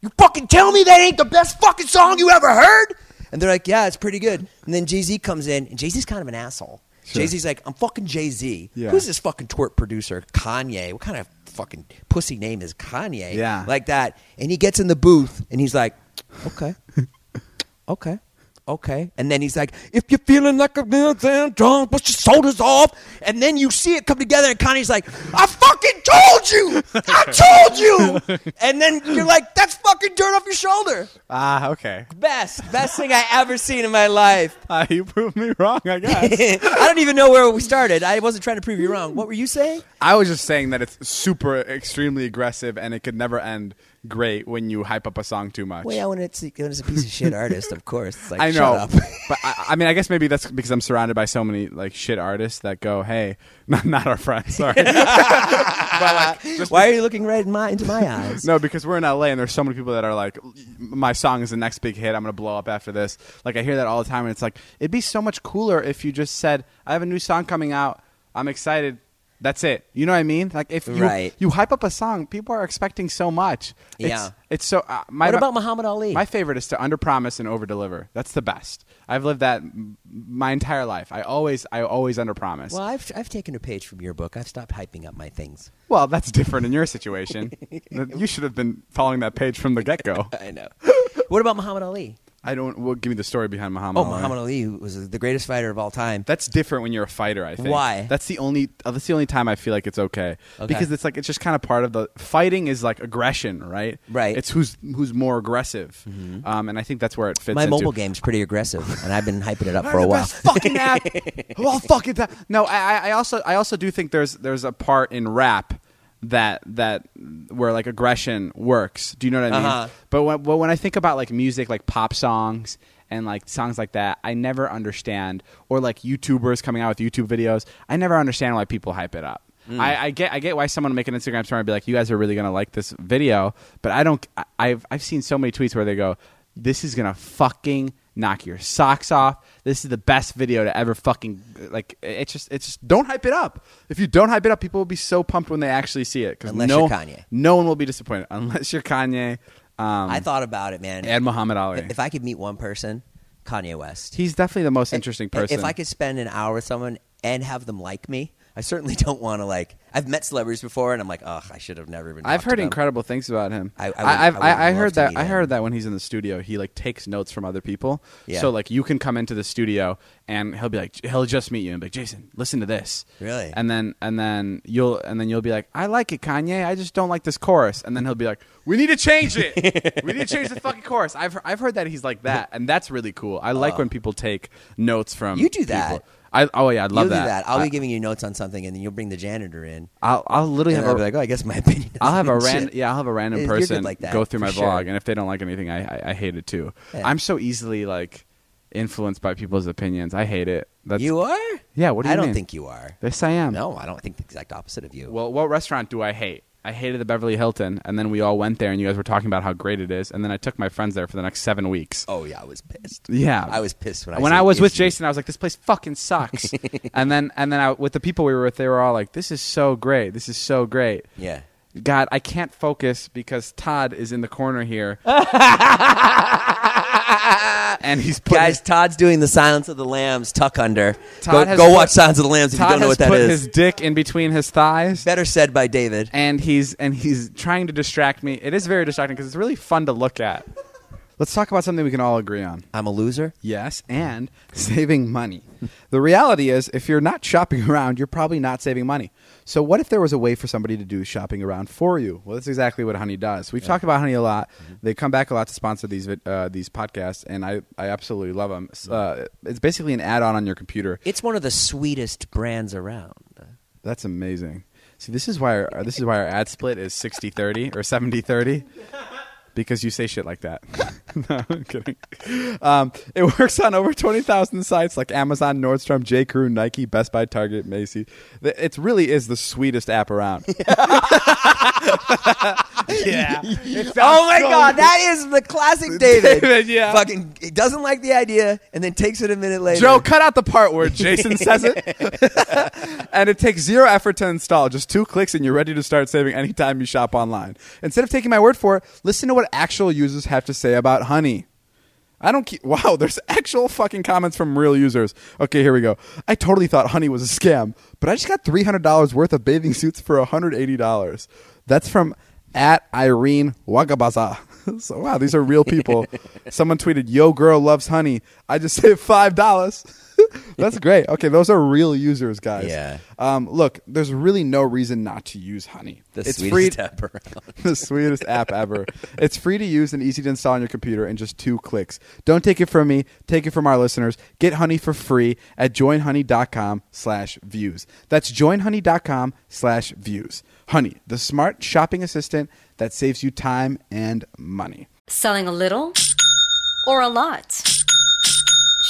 [SPEAKER 2] you fucking tell me that ain't the best fucking song you ever heard? And they're like, yeah, it's pretty good. And then Jay Z comes in, and Jay Z's kind of an asshole. Jay Z's like, I'm fucking Jay Z.
[SPEAKER 1] Yeah.
[SPEAKER 2] Who's this fucking twerp producer? Kanye. What kind of fucking pussy name is Kanye?
[SPEAKER 1] Yeah.
[SPEAKER 2] Like that. And he gets in the booth, and he's like, okay okay, okay. And then he's like, if you're feeling like a little damn drunk, put your sodas off. And then you see it come together, and Connie's like, I fucking told you! I told you! And then you're like, that's fucking dirt off your shoulder.
[SPEAKER 1] Ah, okay.
[SPEAKER 2] Best, best thing I ever seen in my life.
[SPEAKER 1] Uh, you proved me wrong, I guess.
[SPEAKER 2] I don't even know where we started. I wasn't trying to prove you wrong. What were you saying?
[SPEAKER 1] I was just saying that it's super extremely aggressive and it could never end great when you hype up a song too much.
[SPEAKER 2] Well, yeah, when it's, when it's a piece of shit artist, of course. It's like,
[SPEAKER 1] I
[SPEAKER 2] shut
[SPEAKER 1] know,
[SPEAKER 2] up.
[SPEAKER 1] but I, I mean, I guess maybe that's because I'm surrounded by so many like shit artists that go, "Hey, not, not our friends." Sorry,
[SPEAKER 2] Why are you looking right in my, into my eyes?
[SPEAKER 1] no, because we're in LA and there's so many people that are like, "My song is the next big hit. I'm gonna blow up after this." Like I hear that all the time, and it's like it'd be so much cooler if you just said, "I have a new song coming out. I'm excited." That's it. You know what I mean? Like if you
[SPEAKER 2] Right.
[SPEAKER 1] you hype up a song, people are expecting so much.
[SPEAKER 2] Yeah.
[SPEAKER 1] It's, it's so. Uh, my,
[SPEAKER 2] What about Muhammad Ali?
[SPEAKER 1] My favorite is to underpromise and overdeliver. That's the best. I've lived that m- my entire life. I always, I always underpromise.
[SPEAKER 2] well, I've, I've taken a page from your book. I've stopped hyping up my things.
[SPEAKER 1] Well, that's different in your situation. you should have been following that page from the get go.
[SPEAKER 2] I know. what about Muhammad Ali?
[SPEAKER 1] I don't. Well, give me the story behind Muhammad.
[SPEAKER 2] Oh,
[SPEAKER 1] Ali.
[SPEAKER 2] Muhammad Ali who was the greatest fighter of all time.
[SPEAKER 1] That's different when you're a fighter. I think.
[SPEAKER 2] Why?
[SPEAKER 1] That's the only. uh, That's the only time I feel like it's okay.
[SPEAKER 2] Okay.
[SPEAKER 1] Because it's like it's just kind of part of the fighting is like aggression, right?
[SPEAKER 2] Right. Mm-hmm.
[SPEAKER 1] It's who's who's more aggressive, um, and I think that's where it fits.
[SPEAKER 2] My
[SPEAKER 1] into.
[SPEAKER 2] mobile game's pretty aggressive, and I've been hyping it up
[SPEAKER 1] I'm
[SPEAKER 2] for a
[SPEAKER 1] the
[SPEAKER 2] while.
[SPEAKER 1] best fucking app. well, fucking that. No, I, I- I also, I also do think there's, there's a part in rap that, that where like aggression works. Do you know what I mean?
[SPEAKER 2] Uh-huh.
[SPEAKER 1] But when, but when I think about like music, like pop songs and like songs like that, I never understand. Or like YouTubers coming out with YouTube videos, I never understand why people hype it up.
[SPEAKER 2] Mm.
[SPEAKER 1] I, I get I get why someone would make an Instagram story and be like, "You guys are really gonna like this video," but I don't. I- I've I've seen so many tweets where they go, "This is gonna fucking knock your socks off. This is the best video to ever fucking like." It's just it's just don't hype it up. If you don't hype it up, people will be so pumped when they actually see it. 'cause
[SPEAKER 2] Unless
[SPEAKER 1] no,
[SPEAKER 2] you're Kanye.
[SPEAKER 1] no one will be disappointed unless you're Kanye. Um,
[SPEAKER 2] I thought about it, man.
[SPEAKER 1] and Muhammad Ali.
[SPEAKER 2] if I could meet one person, Kanye West.
[SPEAKER 1] He's definitely the most interesting person.
[SPEAKER 2] If I could spend an hour with someone and have them like me, I certainly don't want to like. I've met celebrities before, and I'm like, ugh, I should have never even.
[SPEAKER 1] I've
[SPEAKER 2] talked
[SPEAKER 1] heard
[SPEAKER 2] to them."
[SPEAKER 1] incredible things about him.
[SPEAKER 2] I-
[SPEAKER 1] I
[SPEAKER 2] I would-
[SPEAKER 1] I, I've-
[SPEAKER 2] I would
[SPEAKER 1] I, I
[SPEAKER 2] love
[SPEAKER 1] heard
[SPEAKER 2] to
[SPEAKER 1] that
[SPEAKER 2] meet
[SPEAKER 1] I
[SPEAKER 2] him.
[SPEAKER 1] heard that when he's in the studio, he like takes notes from other people.
[SPEAKER 2] Yeah.
[SPEAKER 1] So like you can come into the studio and he'll be like he'll just meet you and be like Jason, listen to this.
[SPEAKER 2] Really?
[SPEAKER 1] And then and then you'll and then you'll be like I like it Kanye, I just don't like this chorus. And then he'll be like we need to change it. we need to change the fucking chorus. I've he- I've heard that he's like that and that's really cool. I like when people take notes from
[SPEAKER 2] Oh. You do that.
[SPEAKER 1] people. I oh yeah, I love
[SPEAKER 2] You'll
[SPEAKER 1] that.
[SPEAKER 2] do that. I'll
[SPEAKER 1] I,
[SPEAKER 2] be giving you notes on something, and then you'll bring the janitor in.
[SPEAKER 1] I'll, I'll literally
[SPEAKER 2] And
[SPEAKER 1] have a
[SPEAKER 2] I'll be like, oh, I guess my opinion.
[SPEAKER 1] I'll have a
[SPEAKER 2] doesn't mean
[SPEAKER 1] random
[SPEAKER 2] shit."
[SPEAKER 1] yeah, I'll have a random
[SPEAKER 2] You're good
[SPEAKER 1] person
[SPEAKER 2] like that,
[SPEAKER 1] go through my
[SPEAKER 2] for sure.
[SPEAKER 1] vlog, and if they don't like anything, I I, I hate it too.
[SPEAKER 2] Yeah.
[SPEAKER 1] I'm so easily like influenced by people's opinions. I hate it. That's
[SPEAKER 2] You are?
[SPEAKER 1] Yeah, what do you
[SPEAKER 2] I don't
[SPEAKER 1] mean?
[SPEAKER 2] think you are.
[SPEAKER 1] yes, I am.
[SPEAKER 2] No, I don't think the exact opposite of you.
[SPEAKER 1] Well, what restaurant do I hate? I hated the Beverly Hilton, and then we all went there, and you guys were talking about how great it is, and then I took my friends there for the next seven weeks.
[SPEAKER 2] oh yeah, I was pissed.
[SPEAKER 1] Yeah,
[SPEAKER 2] I was pissed when I
[SPEAKER 1] when I
[SPEAKER 2] said
[SPEAKER 1] was with
[SPEAKER 2] issue.
[SPEAKER 1] Jason, I was like, "This place fucking sucks." and then, and then I, with the people we were with, they were all like, "This is so great. This is so great."
[SPEAKER 2] Yeah.
[SPEAKER 1] God, I can't focus because Todd is in the corner here. and he's put,
[SPEAKER 2] Guys, Todd's doing the Silence of the Lambs tuck under.
[SPEAKER 1] Todd
[SPEAKER 2] go
[SPEAKER 1] has
[SPEAKER 2] go
[SPEAKER 1] put-
[SPEAKER 2] watch Silence of the Lambs if
[SPEAKER 1] Todd
[SPEAKER 2] you don't know
[SPEAKER 1] has
[SPEAKER 2] what that
[SPEAKER 1] put
[SPEAKER 2] is.
[SPEAKER 1] his dick in between his thighs.
[SPEAKER 2] Better said by David.
[SPEAKER 1] And he's and he's trying to distract me. It is very distracting because it's really fun to look at. Let's talk about something we can all agree on.
[SPEAKER 2] I'm a loser.
[SPEAKER 1] Yes, and saving money. the reality is, if you're not shopping around, you're probably not saving money. So, what if there was a way for somebody to do shopping around for you? Well, that's exactly what Honey does. We've talked about Honey a lot. They come back a lot to sponsor these vid- uh, these podcasts, and I, I absolutely love them. Uh, it's basically an add on on your computer.
[SPEAKER 2] It's one of the sweetest brands around.
[SPEAKER 1] That's amazing. See, this is why our, this is why our ad split is 60-30 or 70-30. Because you say shit like that. no, I'm kidding. Um, it works on over 20,000 sites like Amazon, Nordstrom, J. Crew, Nike, Best Buy, Target, Macy. Th- It really is the sweetest app around. yeah.
[SPEAKER 2] Oh my god, that is the classic David.
[SPEAKER 1] David, yeah.
[SPEAKER 2] Fucking he doesn't like the idea and then takes it a minute later.
[SPEAKER 1] Joe, cut out the part where Jason says it. and it takes zero effort to install. Just two clicks, and you're ready to start saving anytime you shop online. Instead of taking my word for it, listen to what actual users have to say about Honey. I don't keep. Wow, there's actual fucking comments from real users. Okay, here we go. I totally thought Honey was a scam, but I just got $300 worth of bathing suits for $180. That's from at Irene Wagabaza. so, wow, these are real people. Someone tweeted, Yo, girl loves honey. I just saved $5. That's great. Okay, those are real users, guys.
[SPEAKER 2] Yeah.
[SPEAKER 1] Um, look, there's really no reason not to use honey.
[SPEAKER 2] the
[SPEAKER 1] it's free
[SPEAKER 2] sweetest app around.
[SPEAKER 1] the sweetest app ever. It's free to use and easy to install on your computer in just two clicks. Don't take it from me. Take it from our listeners. Get Honey for free at joinhoney.com slash views. That's joinhoney.com slash views. Honey, the smart shopping assistant that saves you time and money.
[SPEAKER 5] Selling a little or a lot?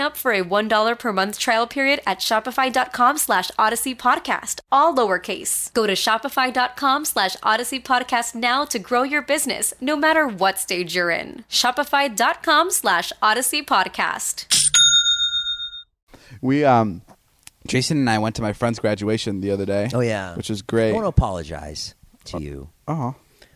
[SPEAKER 5] up for a $1 per month trial period at shopify.com slash odyssey podcast, all lowercase. Go to shopify.com slash odyssey podcast now to grow your business, no matter what stage you're in. Shopify.com slash odyssey podcast.
[SPEAKER 1] We, um, Jason and I went to my friend's graduation the other day.
[SPEAKER 2] Oh yeah.
[SPEAKER 1] Which is
[SPEAKER 2] I
[SPEAKER 1] great.
[SPEAKER 2] want to apologize to you.
[SPEAKER 1] Uh-huh.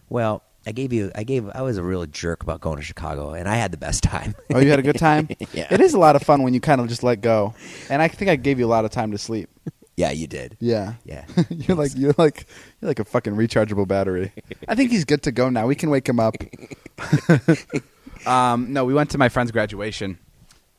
[SPEAKER 2] Well, I gave you I gave I was a real jerk about going to Chicago and I had the best time.
[SPEAKER 1] Oh, you had a good time?
[SPEAKER 2] Yeah.
[SPEAKER 1] It is a lot of fun when you kind of just let go. And I think I gave you a lot of time to sleep.
[SPEAKER 2] yeah, you did.
[SPEAKER 1] Yeah.
[SPEAKER 2] Yeah.
[SPEAKER 1] you're like you're like you're like a fucking rechargeable battery. I think he's good to go now. We can wake him up. um, no, we went to my friend's graduation.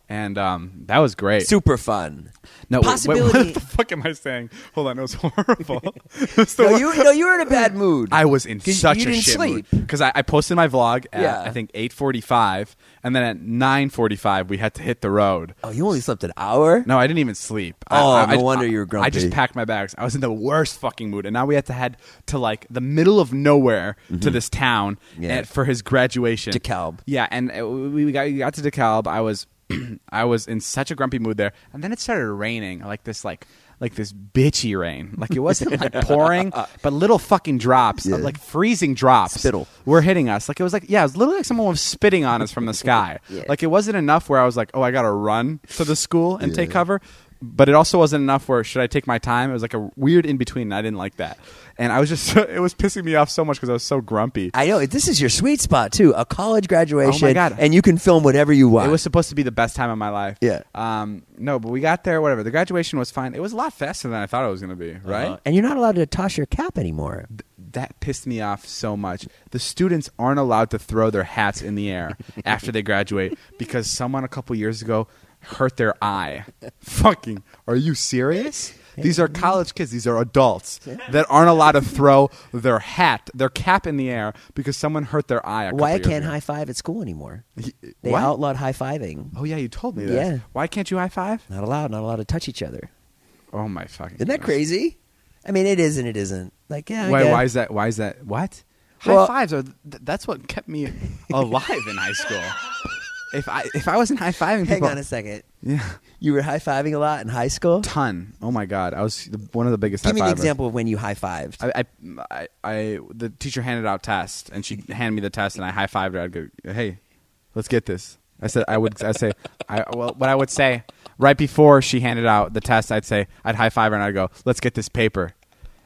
[SPEAKER 1] and um, that was great.
[SPEAKER 2] Super fun.
[SPEAKER 1] no, wait, wait,
[SPEAKER 2] possibility-
[SPEAKER 1] what the fuck am I saying? Hold on, it was horrible. It was the
[SPEAKER 2] No,
[SPEAKER 1] wor-
[SPEAKER 2] you no, you were in a bad mood.
[SPEAKER 1] I was in
[SPEAKER 2] 'Cause
[SPEAKER 1] such
[SPEAKER 2] you
[SPEAKER 1] a
[SPEAKER 2] didn't
[SPEAKER 1] shit
[SPEAKER 2] sleep.
[SPEAKER 1] because I, I posted my vlog at
[SPEAKER 2] Yeah.
[SPEAKER 1] I think eight forty five, and then at nine forty five we had to hit the road.
[SPEAKER 2] Oh, you only slept an hour.
[SPEAKER 1] No, I didn't even sleep.
[SPEAKER 2] Oh,
[SPEAKER 1] I, I,
[SPEAKER 2] no
[SPEAKER 1] I-
[SPEAKER 2] wonder you were
[SPEAKER 1] I just
[SPEAKER 2] grumpy.
[SPEAKER 1] packed my bags. I was in the worst fucking mood, and now we had to head to like the middle of nowhere to this town
[SPEAKER 2] Mm-hmm. Yeah.
[SPEAKER 1] and- for his graduation.
[SPEAKER 2] DeKalb.
[SPEAKER 1] Yeah, and uh, we we got we got to DeKalb. I was I was in such a grumpy mood there, and then it started raining like this like. Like this bitchy rain, like it wasn't like pouring, but little fucking drops, of, like freezing drops,
[SPEAKER 2] Spittle.
[SPEAKER 1] were hitting us. Like it was like yeah, it was literally like someone was spitting on us from the sky. Like it wasn't enough where I was like, oh, I gotta run to the school and take cover. But it also wasn't enough where should I take my time? It was like a weird in between, and I didn't like that. And I was just it was pissing me off so much because I was so grumpy.
[SPEAKER 2] I know this is your sweet spot too. A college graduation.
[SPEAKER 1] Oh God.
[SPEAKER 2] And you can film whatever you want.
[SPEAKER 1] It was supposed to be the best time of my life.
[SPEAKER 2] Yeah.
[SPEAKER 1] Um. No, but we got there. Whatever. The graduation was fine. It was a lot faster than I thought it was going to be. Right.
[SPEAKER 2] and you're not allowed to toss your cap anymore.
[SPEAKER 1] That pissed me off so much. The students aren't allowed to throw their hats in the air after they graduate because someone a couple years ago hurt their eye. Fucking. Are you serious? These are college kids. These are adults that aren't allowed to throw their hat, their cap in the air because someone hurt their eye. A couple
[SPEAKER 2] Why I
[SPEAKER 1] years
[SPEAKER 2] can't
[SPEAKER 1] ago. uh,
[SPEAKER 2] high five at school anymore? They
[SPEAKER 1] what?
[SPEAKER 2] outlawed high fiving.
[SPEAKER 1] Oh yeah, you told me that.
[SPEAKER 2] Yeah.
[SPEAKER 1] Why can't you high five?
[SPEAKER 2] Not allowed. Not allowed to touch each other.
[SPEAKER 1] Oh my fucking.
[SPEAKER 2] Isn't that
[SPEAKER 1] goodness.
[SPEAKER 2] crazy? I mean, it is and it isn't. Like, yeah.
[SPEAKER 1] Why?
[SPEAKER 2] okay.
[SPEAKER 1] Why is that? Why is that? What? High
[SPEAKER 2] Well-
[SPEAKER 1] fives are. Th- that's what kept me alive in high school. If I if I wasn't high fiving
[SPEAKER 2] Hang
[SPEAKER 1] people,
[SPEAKER 2] on a second.
[SPEAKER 1] yeah,
[SPEAKER 2] You were high fiving a lot in high school.
[SPEAKER 1] ton. Oh my god, I was the, one of the biggest.
[SPEAKER 2] Give me an
[SPEAKER 1] high-fivers.
[SPEAKER 2] example of when you high fived.
[SPEAKER 1] I, I, I, I, the teacher handed out tests, and she handed me the test, and I high fived her. I'd go, "Hey, let's get this." I said, "I would." I say, "I well, what I would say right before she handed out the test, I'd say, I'd high five her, and I'd go, "Let's get this paper,"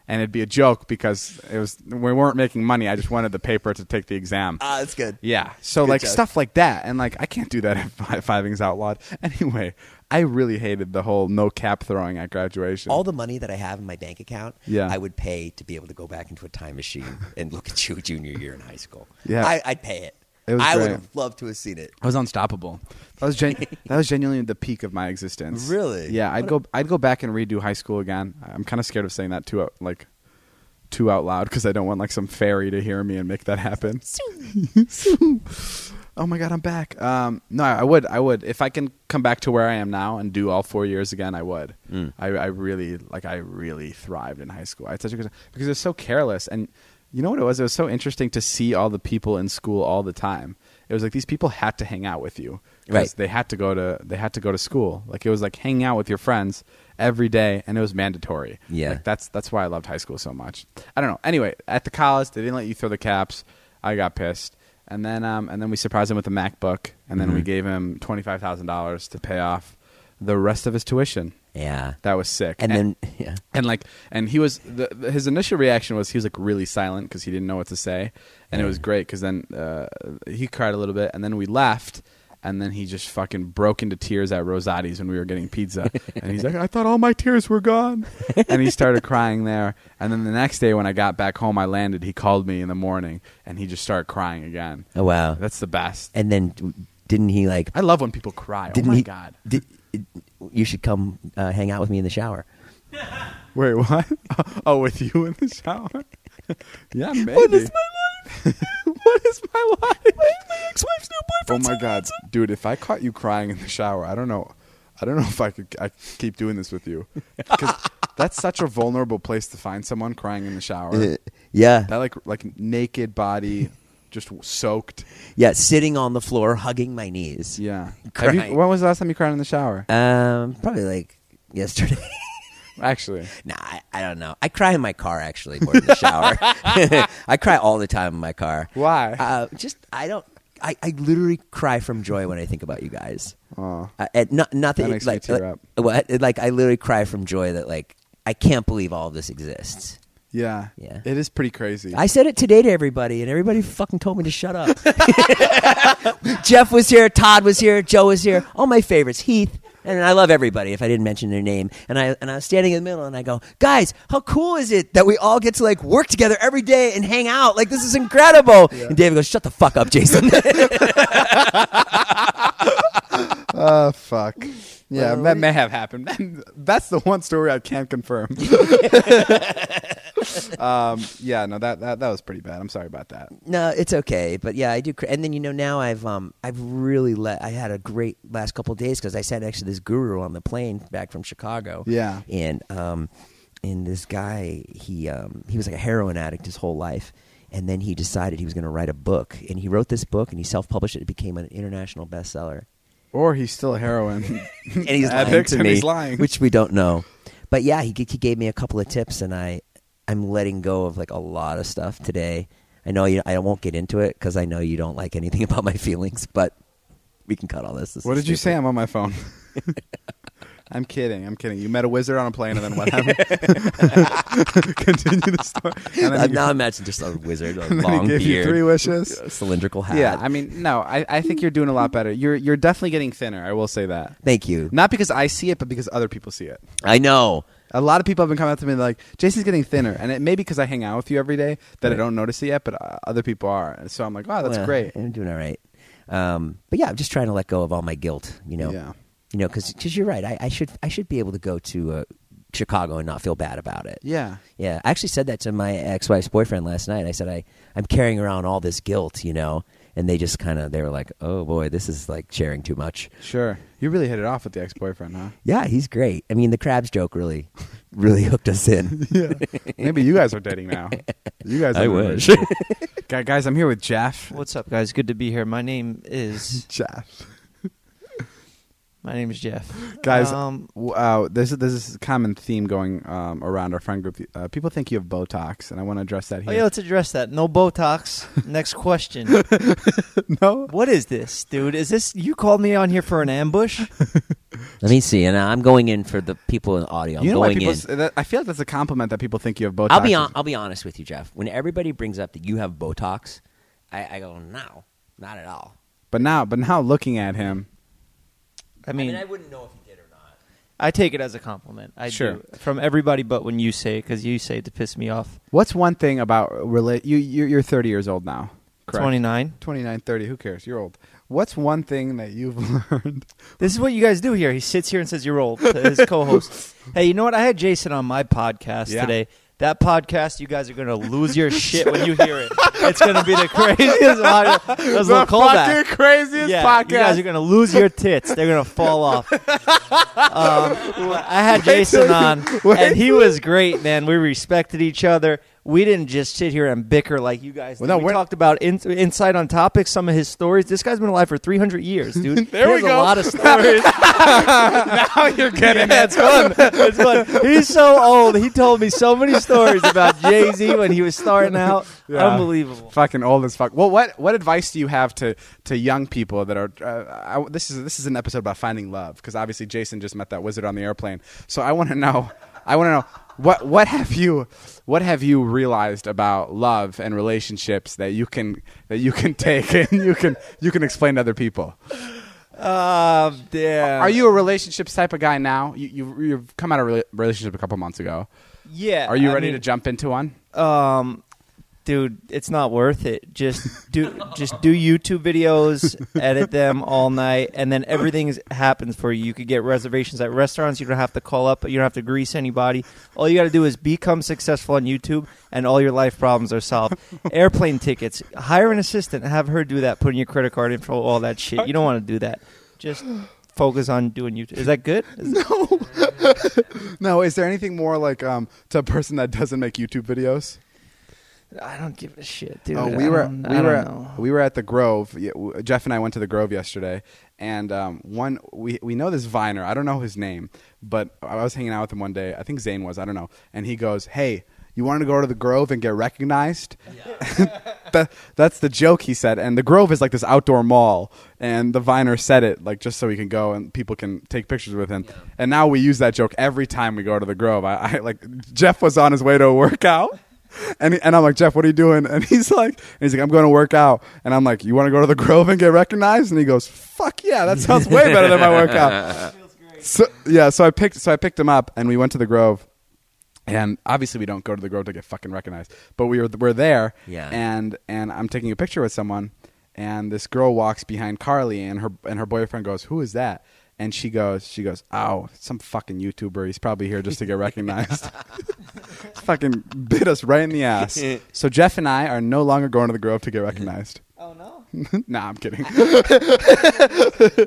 [SPEAKER 1] and it'd be a joke because it was we weren't making money. I just wanted the paper to take the exam.
[SPEAKER 2] Ah, that's good.
[SPEAKER 1] Yeah. So like
[SPEAKER 2] joke.
[SPEAKER 1] stuff like that, and like I can't do that if high fiving's outlawed. Anyway, I really hated the whole no cap throwing at graduation.
[SPEAKER 2] All the money that I have in my bank account,
[SPEAKER 1] Yeah.
[SPEAKER 2] I would pay to be able to go back into a time machine and look at you junior year in high school.
[SPEAKER 1] Yeah.
[SPEAKER 2] I, I'd pay it.
[SPEAKER 1] It was
[SPEAKER 2] I would
[SPEAKER 1] great.
[SPEAKER 2] have loved to have seen it.
[SPEAKER 1] I was unstoppable. That was gen- that was genuinely the peak of my existence.
[SPEAKER 2] Really?
[SPEAKER 1] Yeah, I'd go I'd go back and redo high school again. I'm kind of scared of saying that too out, like too out loud because I don't want like some fairy to hear me and make that happen. oh my god, I'm back. Um, no, I would I would if I can come back to where I am now and do all four years again, I would. I, I really like I really thrived in high school. I had such a good because it was so careless and you know what it was? It was so interesting to see all the people in school all the time. It was like these people had to hang out with you. 'cause
[SPEAKER 2] Right.
[SPEAKER 1] They had to go to they had to go to school. Like it was like hanging out with your friends every day and it was mandatory.
[SPEAKER 2] Yeah.
[SPEAKER 1] Like, that's that's why I loved high school so much. I don't know. Anyway, at the college, they didn't let you throw the caps. I got pissed, and then um, and then we surprised him with a MacBook, and
[SPEAKER 2] Mm-hmm.
[SPEAKER 1] then we gave him twenty five thousand dollars to pay off the rest of his tuition.
[SPEAKER 2] Yeah.
[SPEAKER 1] That was sick.
[SPEAKER 2] and then, yeah.
[SPEAKER 1] And like, and he was the, the- his initial reaction was he was like really silent because he didn't know what to say, and
[SPEAKER 2] Mm.
[SPEAKER 1] it was great because then uh, he cried a little bit, and then we left, and then he just fucking broke into tears at Rosati's when we were getting pizza, and he's like, I thought all my tears were gone, and he started crying there, and then the next day when I got back home, I landed, he called me in the morning, and he just started crying again.
[SPEAKER 2] Oh, wow.
[SPEAKER 1] that's the best.
[SPEAKER 2] And then, didn't he like?
[SPEAKER 1] I love when people cry.
[SPEAKER 2] Didn't
[SPEAKER 1] oh my
[SPEAKER 2] he,
[SPEAKER 1] god.
[SPEAKER 2] Did, you should come uh, hang out with me in the shower.
[SPEAKER 1] Wait, what? Oh, with you in the shower? yeah, maybe.
[SPEAKER 2] What is
[SPEAKER 1] my life? what is my life? My ex-wife's new boyfriend. Oh my god, dude! If I caught you crying in the shower, I don't know. I don't know if I could. I could keep doing this with you because that's such a vulnerable place to find someone crying in the shower.
[SPEAKER 2] Uh, Yeah,
[SPEAKER 1] that like like naked body, just soaked.
[SPEAKER 2] yeah, sitting on the floor, hugging my knees.
[SPEAKER 1] Yeah. Have you-
[SPEAKER 2] Crying.
[SPEAKER 1] when was the last time you cried in the shower?
[SPEAKER 2] Um, probably like yesterday.
[SPEAKER 1] Actually,
[SPEAKER 2] nah, I, I don't know. I cry in my car actually more than the shower. I cry all the time in my car.
[SPEAKER 1] Why?
[SPEAKER 2] Uh, just I don't. I, I literally cry from joy when I think about you guys. Uh, and not nothing
[SPEAKER 1] That makes me
[SPEAKER 2] like,
[SPEAKER 1] tear
[SPEAKER 2] like-
[SPEAKER 1] up.
[SPEAKER 2] what? Like I literally cry from joy that like I can't believe all of this exists.
[SPEAKER 1] yeah.
[SPEAKER 2] Yeah.
[SPEAKER 1] It is pretty crazy.
[SPEAKER 2] I said it today to everybody, and everybody fucking told me to shut up. Jeff was here, Todd was here, Joe was here, all my favorites, Heath. And I love everybody if I didn't mention their name. And I and I was standing in the middle and I go, guys, how cool is it that we all get to like work together every day and hang out? Like this is incredible. And David goes, Shut the fuck up, Jason.
[SPEAKER 1] Uh, fuck. Yeah, that may have happened. That's the one story I can't confirm. um, yeah, no, that, that that was pretty bad. I'm sorry about that.
[SPEAKER 2] No, it's okay. But yeah, I do. Cra- and then you know now I've um I've really let I had a great last couple of days because I sat next to this guru on the plane back from Chicago.
[SPEAKER 1] Yeah.
[SPEAKER 2] And um, and this guy he um he was like a heroin addict his whole life. And then he decided he was going to write a book, and he wrote this book, and he self-published it. It became an international bestseller.
[SPEAKER 1] Or he's still a heroin.
[SPEAKER 2] and he's lying
[SPEAKER 1] addict
[SPEAKER 2] to
[SPEAKER 1] and
[SPEAKER 2] me,
[SPEAKER 1] he's lying.
[SPEAKER 2] which we don't know. But yeah, he g- he gave me a couple of tips, and I I'm letting go of like a lot of stuff today. I know you. I won't get into it because I know you don't like anything about my feelings, but we can cut all this. This
[SPEAKER 1] what
[SPEAKER 2] is
[SPEAKER 1] did you
[SPEAKER 2] stupid.
[SPEAKER 1] say? I'm on my phone. I'm kidding. I'm kidding. You met a wizard on a plane, and then what happened? Continue the story. And then
[SPEAKER 2] Uh,
[SPEAKER 1] he-
[SPEAKER 2] now I'm imagining just a wizard, a
[SPEAKER 1] and then he
[SPEAKER 2] long
[SPEAKER 1] gave you
[SPEAKER 2] beard,
[SPEAKER 1] three wishes.
[SPEAKER 2] cylindrical hat.
[SPEAKER 1] Yeah, Uh, I mean, no, I, I think you're doing a lot better. You're you're definitely getting thinner. I will say that.
[SPEAKER 2] Thank you.
[SPEAKER 1] Not because I see it, but because other people see it.
[SPEAKER 2] I know.
[SPEAKER 1] A lot of people have been coming up to me like, "Jason's getting thinner," and it may be because I hang out with you every day that I don't notice it yet, but uh, other people are. And so I'm like, "Wow, that's
[SPEAKER 2] Well,
[SPEAKER 1] great."
[SPEAKER 2] eh. I'm doing all right. Um, but yeah, I'm just trying to let go of all my guilt. You know.
[SPEAKER 1] Yeah.
[SPEAKER 2] You know, because you're right. I, I should I should be able to go to uh, Chicago and not feel bad about it.
[SPEAKER 1] Yeah,
[SPEAKER 2] Yeah, I actually said that to my ex-wife's boyfriend last night. I said I I'm carrying around all this guilt, you know, and they just kind of they were like, "Oh boy, this is like sharing too much."
[SPEAKER 1] sure. You really hit it off with the ex-boyfriend, huh?
[SPEAKER 2] Yeah, he's great. I mean, the crabs joke really really hooked us in.
[SPEAKER 1] Maybe you guys are dating now. You guys,
[SPEAKER 2] I
[SPEAKER 1] are
[SPEAKER 2] wish.
[SPEAKER 1] Guy- guys, I'm here with Jeff.
[SPEAKER 6] What's up, guys? Good to be here. My name is
[SPEAKER 1] Jeff.
[SPEAKER 6] my name is Jeff.
[SPEAKER 1] Guys,
[SPEAKER 6] um,
[SPEAKER 1] w- uh, this is this is a common theme going um, around our friend group. Uh, people think you have Botox, and I want to address that
[SPEAKER 6] oh
[SPEAKER 1] here.
[SPEAKER 6] yeah, let's address that. No Botox. Next question.
[SPEAKER 1] no,
[SPEAKER 6] what is this, dude? Is this you called me on here for an ambush?
[SPEAKER 2] Let me see. And I'm going in for the people in the audio. I'm
[SPEAKER 1] you know why
[SPEAKER 2] going
[SPEAKER 1] people?
[SPEAKER 2] in.
[SPEAKER 1] s- That, I feel like that's a compliment that people think you have Botox.
[SPEAKER 2] I'll be on, I'll be honest with you, Jeff. When everybody brings up that you have Botox, I, I go, "No, not at all."
[SPEAKER 1] But now, but now looking at him,
[SPEAKER 6] I mean, I,
[SPEAKER 2] wouldn't know if you did or not.
[SPEAKER 6] take it as a compliment. I
[SPEAKER 1] Sure.
[SPEAKER 6] do. from everybody, but when you say it, because you say it to piss me off.
[SPEAKER 1] What's one thing about rela- you? You're, you're 30 years old now. Correct.
[SPEAKER 6] Twenty nine.
[SPEAKER 1] 29, 30. Who cares? You're old. What's one thing that you've learned?
[SPEAKER 6] This is what you guys do here. He sits here and says you're old to his co-host. hey, you know what? I had Jason on my podcast
[SPEAKER 1] Yeah.
[SPEAKER 6] today. That podcast, you guys are gonna lose your shit when you hear it. It's gonna be the craziest. audio. That was a little callback.
[SPEAKER 1] craziest
[SPEAKER 6] yeah, you guys are gonna lose your tits. They're gonna fall off. um, I had Jason on, and he was great, man. We respected each other. We didn't just sit here and bicker like you guys.
[SPEAKER 1] Well,
[SPEAKER 6] did.
[SPEAKER 1] no,
[SPEAKER 6] we
[SPEAKER 1] we're-
[SPEAKER 6] talked about in, insight on topics, some of his stories. This guy's been alive for 300 years, dude. there he
[SPEAKER 1] we
[SPEAKER 6] has
[SPEAKER 1] go.
[SPEAKER 6] a lot of stories.
[SPEAKER 1] now you're getting
[SPEAKER 6] Yeah, it's fun. It's fun. He's so old. He told me so many stories about Jay Z when he was starting out.
[SPEAKER 1] Yeah.
[SPEAKER 6] Unbelievable.
[SPEAKER 1] Fucking old as fuck. Well, what what advice do you have to to young people that are? Uh, I, this is this is an episode about finding love because obviously Jason just met that wizard on the airplane. So I want to know. I want to know what what have you what have you realized about love and relationships that you can that you can take and you can you can explain to other people.
[SPEAKER 6] Uh, Um, damn.
[SPEAKER 1] Are you a relationships type of guy now? You, you you've come out of a rela- relationship a couple months ago.
[SPEAKER 6] Yeah.
[SPEAKER 1] Are you
[SPEAKER 6] I
[SPEAKER 1] ready
[SPEAKER 6] mean,
[SPEAKER 1] to jump into one?
[SPEAKER 6] um dude it's not worth it just do just do youtube videos edit them all night and then everything is, happens for you you could get reservations at restaurants you don't have to call up you don't have to grease anybody all you got to do is become successful on youtube and all your life problems are solved airplane tickets hire an assistant have her do that put in your credit card info all that shit you don't want to do that just focus on doing youtube is that good Is-
[SPEAKER 1] No. Is there anything more like um to a person that doesn't make YouTube videos?
[SPEAKER 6] i don't give a shit dude
[SPEAKER 1] Oh,
[SPEAKER 6] I
[SPEAKER 1] we were
[SPEAKER 6] don't- I
[SPEAKER 1] we
[SPEAKER 6] don't
[SPEAKER 1] were
[SPEAKER 6] know.
[SPEAKER 1] we were at the Grove. Yeah, w- Jeff and I went to the Grove yesterday, and um, one we we know this Viner. I don't know his name, but I was hanging out with him one day. I think Zane was. I don't know. And he goes, "Hey, you want to go to the Grove and get recognized?" That- that's the joke he said. And the Grove is like this outdoor mall, and the Viner said it like just so he can go and people can take pictures with him. And now we use that joke every time we go to the Grove. I, I like Jeff was on his way to a workout. And, he- and I'm like, Jeff, what are you doing? And he's like, and he's like, I'm going to work out. And I'm like, you want to go to the Grove and get recognized? And he goes, fuck yeah, that sounds way better than my workout. So yeah, so I picked so I picked him up and we went to the Grove. And obviously we don't go to the Grove to get fucking recognized, but we were we're there.
[SPEAKER 2] Yeah.
[SPEAKER 1] And and I'm taking a picture with someone, and this girl walks behind Carly, and her and her boyfriend goes, "Who is that?" And she goes, she goes, oh, some fucking YouTuber. He's probably here just to get recognized. fucking bit us right in the ass. So Jeff and I are no longer going to the Grove to get recognized.
[SPEAKER 6] Oh no.
[SPEAKER 1] nah, I'm kidding.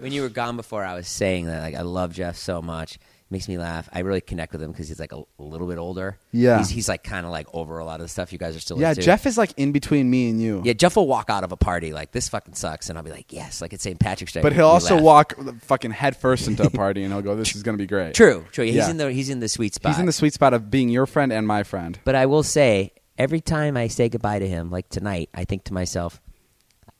[SPEAKER 2] when you were gone before, I was saying that like I love Jeff so much. It makes me laugh. I really connect with him because he's like a, a little bit older.
[SPEAKER 1] Yeah.
[SPEAKER 2] he's, he's like kind of like over a lot of the stuff you guys are still.
[SPEAKER 1] yeah,
[SPEAKER 2] into.
[SPEAKER 1] Jeff is like in between me and you.
[SPEAKER 2] Yeah, Jeff will walk out of a party like this fucking sucks, and I'll be like, yes, like it's St. Patrick's Day.
[SPEAKER 1] But he'll
[SPEAKER 2] We
[SPEAKER 1] also
[SPEAKER 2] laugh.
[SPEAKER 1] walk fucking headfirst into a party and he'll go, this is going to be great.
[SPEAKER 2] True, true. He's
[SPEAKER 1] Yeah.
[SPEAKER 2] in the he's in the sweet spot.
[SPEAKER 1] He's in the sweet spot of being your friend and my friend.
[SPEAKER 2] But I will say, every time I say goodbye to him, like tonight, I think to myself,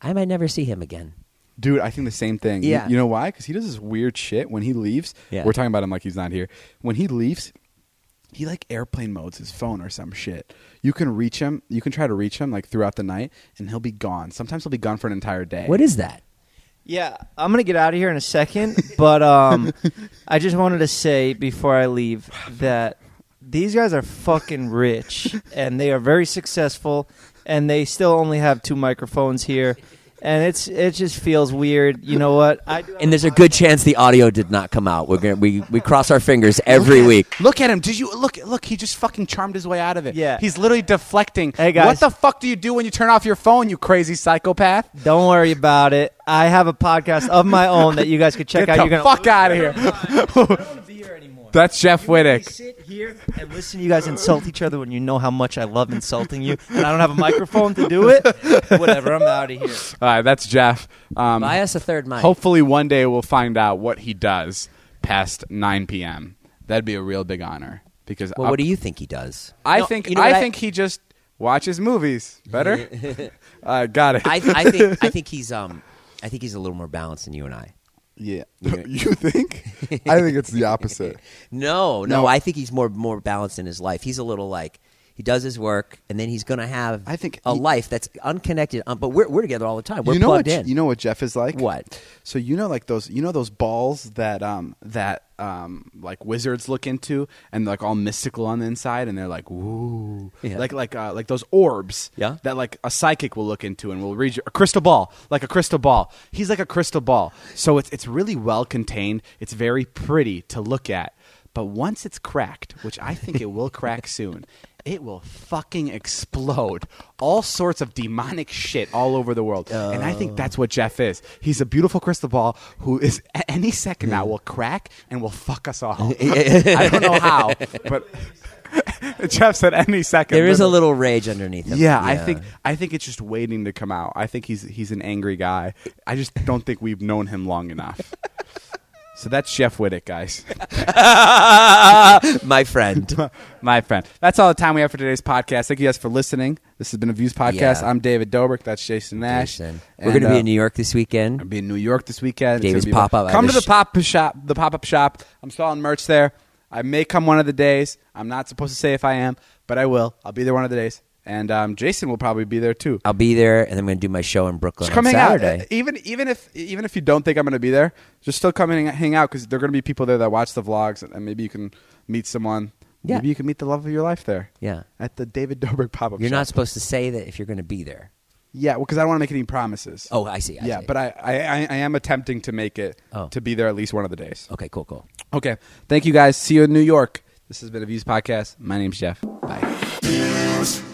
[SPEAKER 2] I might never see him again.
[SPEAKER 1] Dude, I think the same thing. You-
[SPEAKER 2] Yeah.
[SPEAKER 1] You, know why? Because he does this weird shit when he leaves.
[SPEAKER 2] Yeah.
[SPEAKER 1] We're talking about him like he's not here. When he leaves, he like airplane modes his phone or some shit. You can reach him. You can try to reach him like throughout the night, and he'll be gone. Sometimes he'll be gone for an entire day.
[SPEAKER 2] What is that?
[SPEAKER 6] Yeah, I'm gonna get out of here in a second, but um, I just wanted to say before I leave that these guys are fucking rich and they are very successful, and they still only have two microphones here, and it's it just feels weird. You know what? I do
[SPEAKER 2] And there's a good chance the audio did not come out. We're gonna, we we cross our fingers every week.
[SPEAKER 1] Look at him. Did you look? Look, he just fucking charmed his way out of it.
[SPEAKER 6] Yeah.
[SPEAKER 1] He's literally deflecting.
[SPEAKER 6] Hey, guys.
[SPEAKER 1] What the fuck do you do when you turn off your phone, you crazy psychopath?
[SPEAKER 6] Don't worry about it. I have a podcast of my own that you guys could check
[SPEAKER 1] Get
[SPEAKER 6] out.
[SPEAKER 1] the fuck out of here.
[SPEAKER 6] gonna be here anymore.
[SPEAKER 1] That's Jeff
[SPEAKER 6] I
[SPEAKER 1] Wittick.
[SPEAKER 6] sit here and listen to you guys insult each other when you know how much I love insulting you, and I don't have a microphone to do it. Whatever, I'm out of here.
[SPEAKER 1] All right, that's Jeff. Um,
[SPEAKER 2] Buy us a third mic.
[SPEAKER 1] Hopefully, one day we'll find out what he does past 9 p.m. That'd be a real big honor because
[SPEAKER 2] Well,
[SPEAKER 1] I-
[SPEAKER 2] what do you think he does?
[SPEAKER 1] I
[SPEAKER 2] No,
[SPEAKER 1] think
[SPEAKER 2] you know what
[SPEAKER 1] I think he just watches movies. Better, uh, got it.
[SPEAKER 2] I, I think I think he's um I think he's a little more balanced than you and I.
[SPEAKER 1] yeah,
[SPEAKER 7] You think? I think it's the opposite.
[SPEAKER 2] No, no,
[SPEAKER 1] No.
[SPEAKER 2] I think he's more more balanced in his life. He's a little like he does his work, and then he's gonna have
[SPEAKER 1] I think
[SPEAKER 2] a
[SPEAKER 1] he-
[SPEAKER 2] life that's unconnected. Um, but we're we're together all the time. We're
[SPEAKER 1] you know
[SPEAKER 2] plugged
[SPEAKER 1] what,
[SPEAKER 2] in.
[SPEAKER 1] You know what Jeff is like?
[SPEAKER 2] What?
[SPEAKER 1] So you know like those you know those balls that um that um like wizards look into and like all mystical on the inside and they're like woo
[SPEAKER 2] Yeah.
[SPEAKER 1] like like uh, like those orbs
[SPEAKER 2] Yeah.
[SPEAKER 1] that like a psychic will look into and will read you a crystal ball like a crystal ball he's like a crystal ball so it's it's really well contained it's very pretty to look at but once it's cracked which I think it will crack soon it will fucking explode all sorts of demonic shit all over the world and I think that's what Jeff is he's a beautiful crystal ball who is at any second
[SPEAKER 2] Hmm.
[SPEAKER 1] now will crack and will fuck us all I don't know how but Jeff said any second
[SPEAKER 2] there is a
[SPEAKER 1] literally.
[SPEAKER 2] little rage underneath him.
[SPEAKER 1] Yeah, I think I think it's just waiting to come out. I think he's he's an angry guy. I just don't think we've known him long enough. so that's Jeff Wittick, guys.
[SPEAKER 2] my friend.
[SPEAKER 1] My friend. That's all the time we have for today's podcast. Thank you guys for listening. This has been a Views podcast.
[SPEAKER 2] Yeah.
[SPEAKER 1] I'm David Dobrik. That's Jason Nash.
[SPEAKER 2] Jason. We're going to be
[SPEAKER 1] uh,
[SPEAKER 2] in New York this
[SPEAKER 1] I'll
[SPEAKER 2] weekend.
[SPEAKER 1] be in New York this weekend. It's
[SPEAKER 2] David's
[SPEAKER 1] gonna be-
[SPEAKER 2] pop-up.
[SPEAKER 1] Come
[SPEAKER 2] I
[SPEAKER 1] to
[SPEAKER 2] have
[SPEAKER 1] the
[SPEAKER 2] a
[SPEAKER 1] pop up shop. The pop up shop. I'm selling merch there. I may come one of the days. I'm not supposed to say if I am, but I will. I'll be there one of the days. And um, Jason will probably be there too.
[SPEAKER 2] I'll be there, and I'm going to do my show in Brooklyn
[SPEAKER 1] Just come
[SPEAKER 2] on
[SPEAKER 1] hang out.
[SPEAKER 2] Saturday.
[SPEAKER 1] Uh, Even even if even if you don't think I'm going to be there, just still come and hang- hang out because there are going to be people there that watch the vlogs, and maybe you can meet someone.
[SPEAKER 2] Yeah.
[SPEAKER 1] Maybe you can meet the love of your life there.
[SPEAKER 2] Yeah.
[SPEAKER 1] At the David Dobrik pop up.
[SPEAKER 2] You're not supposed to say that if you're going to be there.
[SPEAKER 1] Yeah, well, because I don't want to make any promises.
[SPEAKER 2] Oh, I see. I
[SPEAKER 1] yeah,
[SPEAKER 2] see.
[SPEAKER 1] but I, I I I am attempting to make it
[SPEAKER 2] Oh.
[SPEAKER 1] to be there at least one of the days.
[SPEAKER 2] okay, cool, cool.
[SPEAKER 1] Okay. Thank you guys. See you in New York. This has been a Views podcast. My name's Jeff. Bye.
[SPEAKER 3] Views.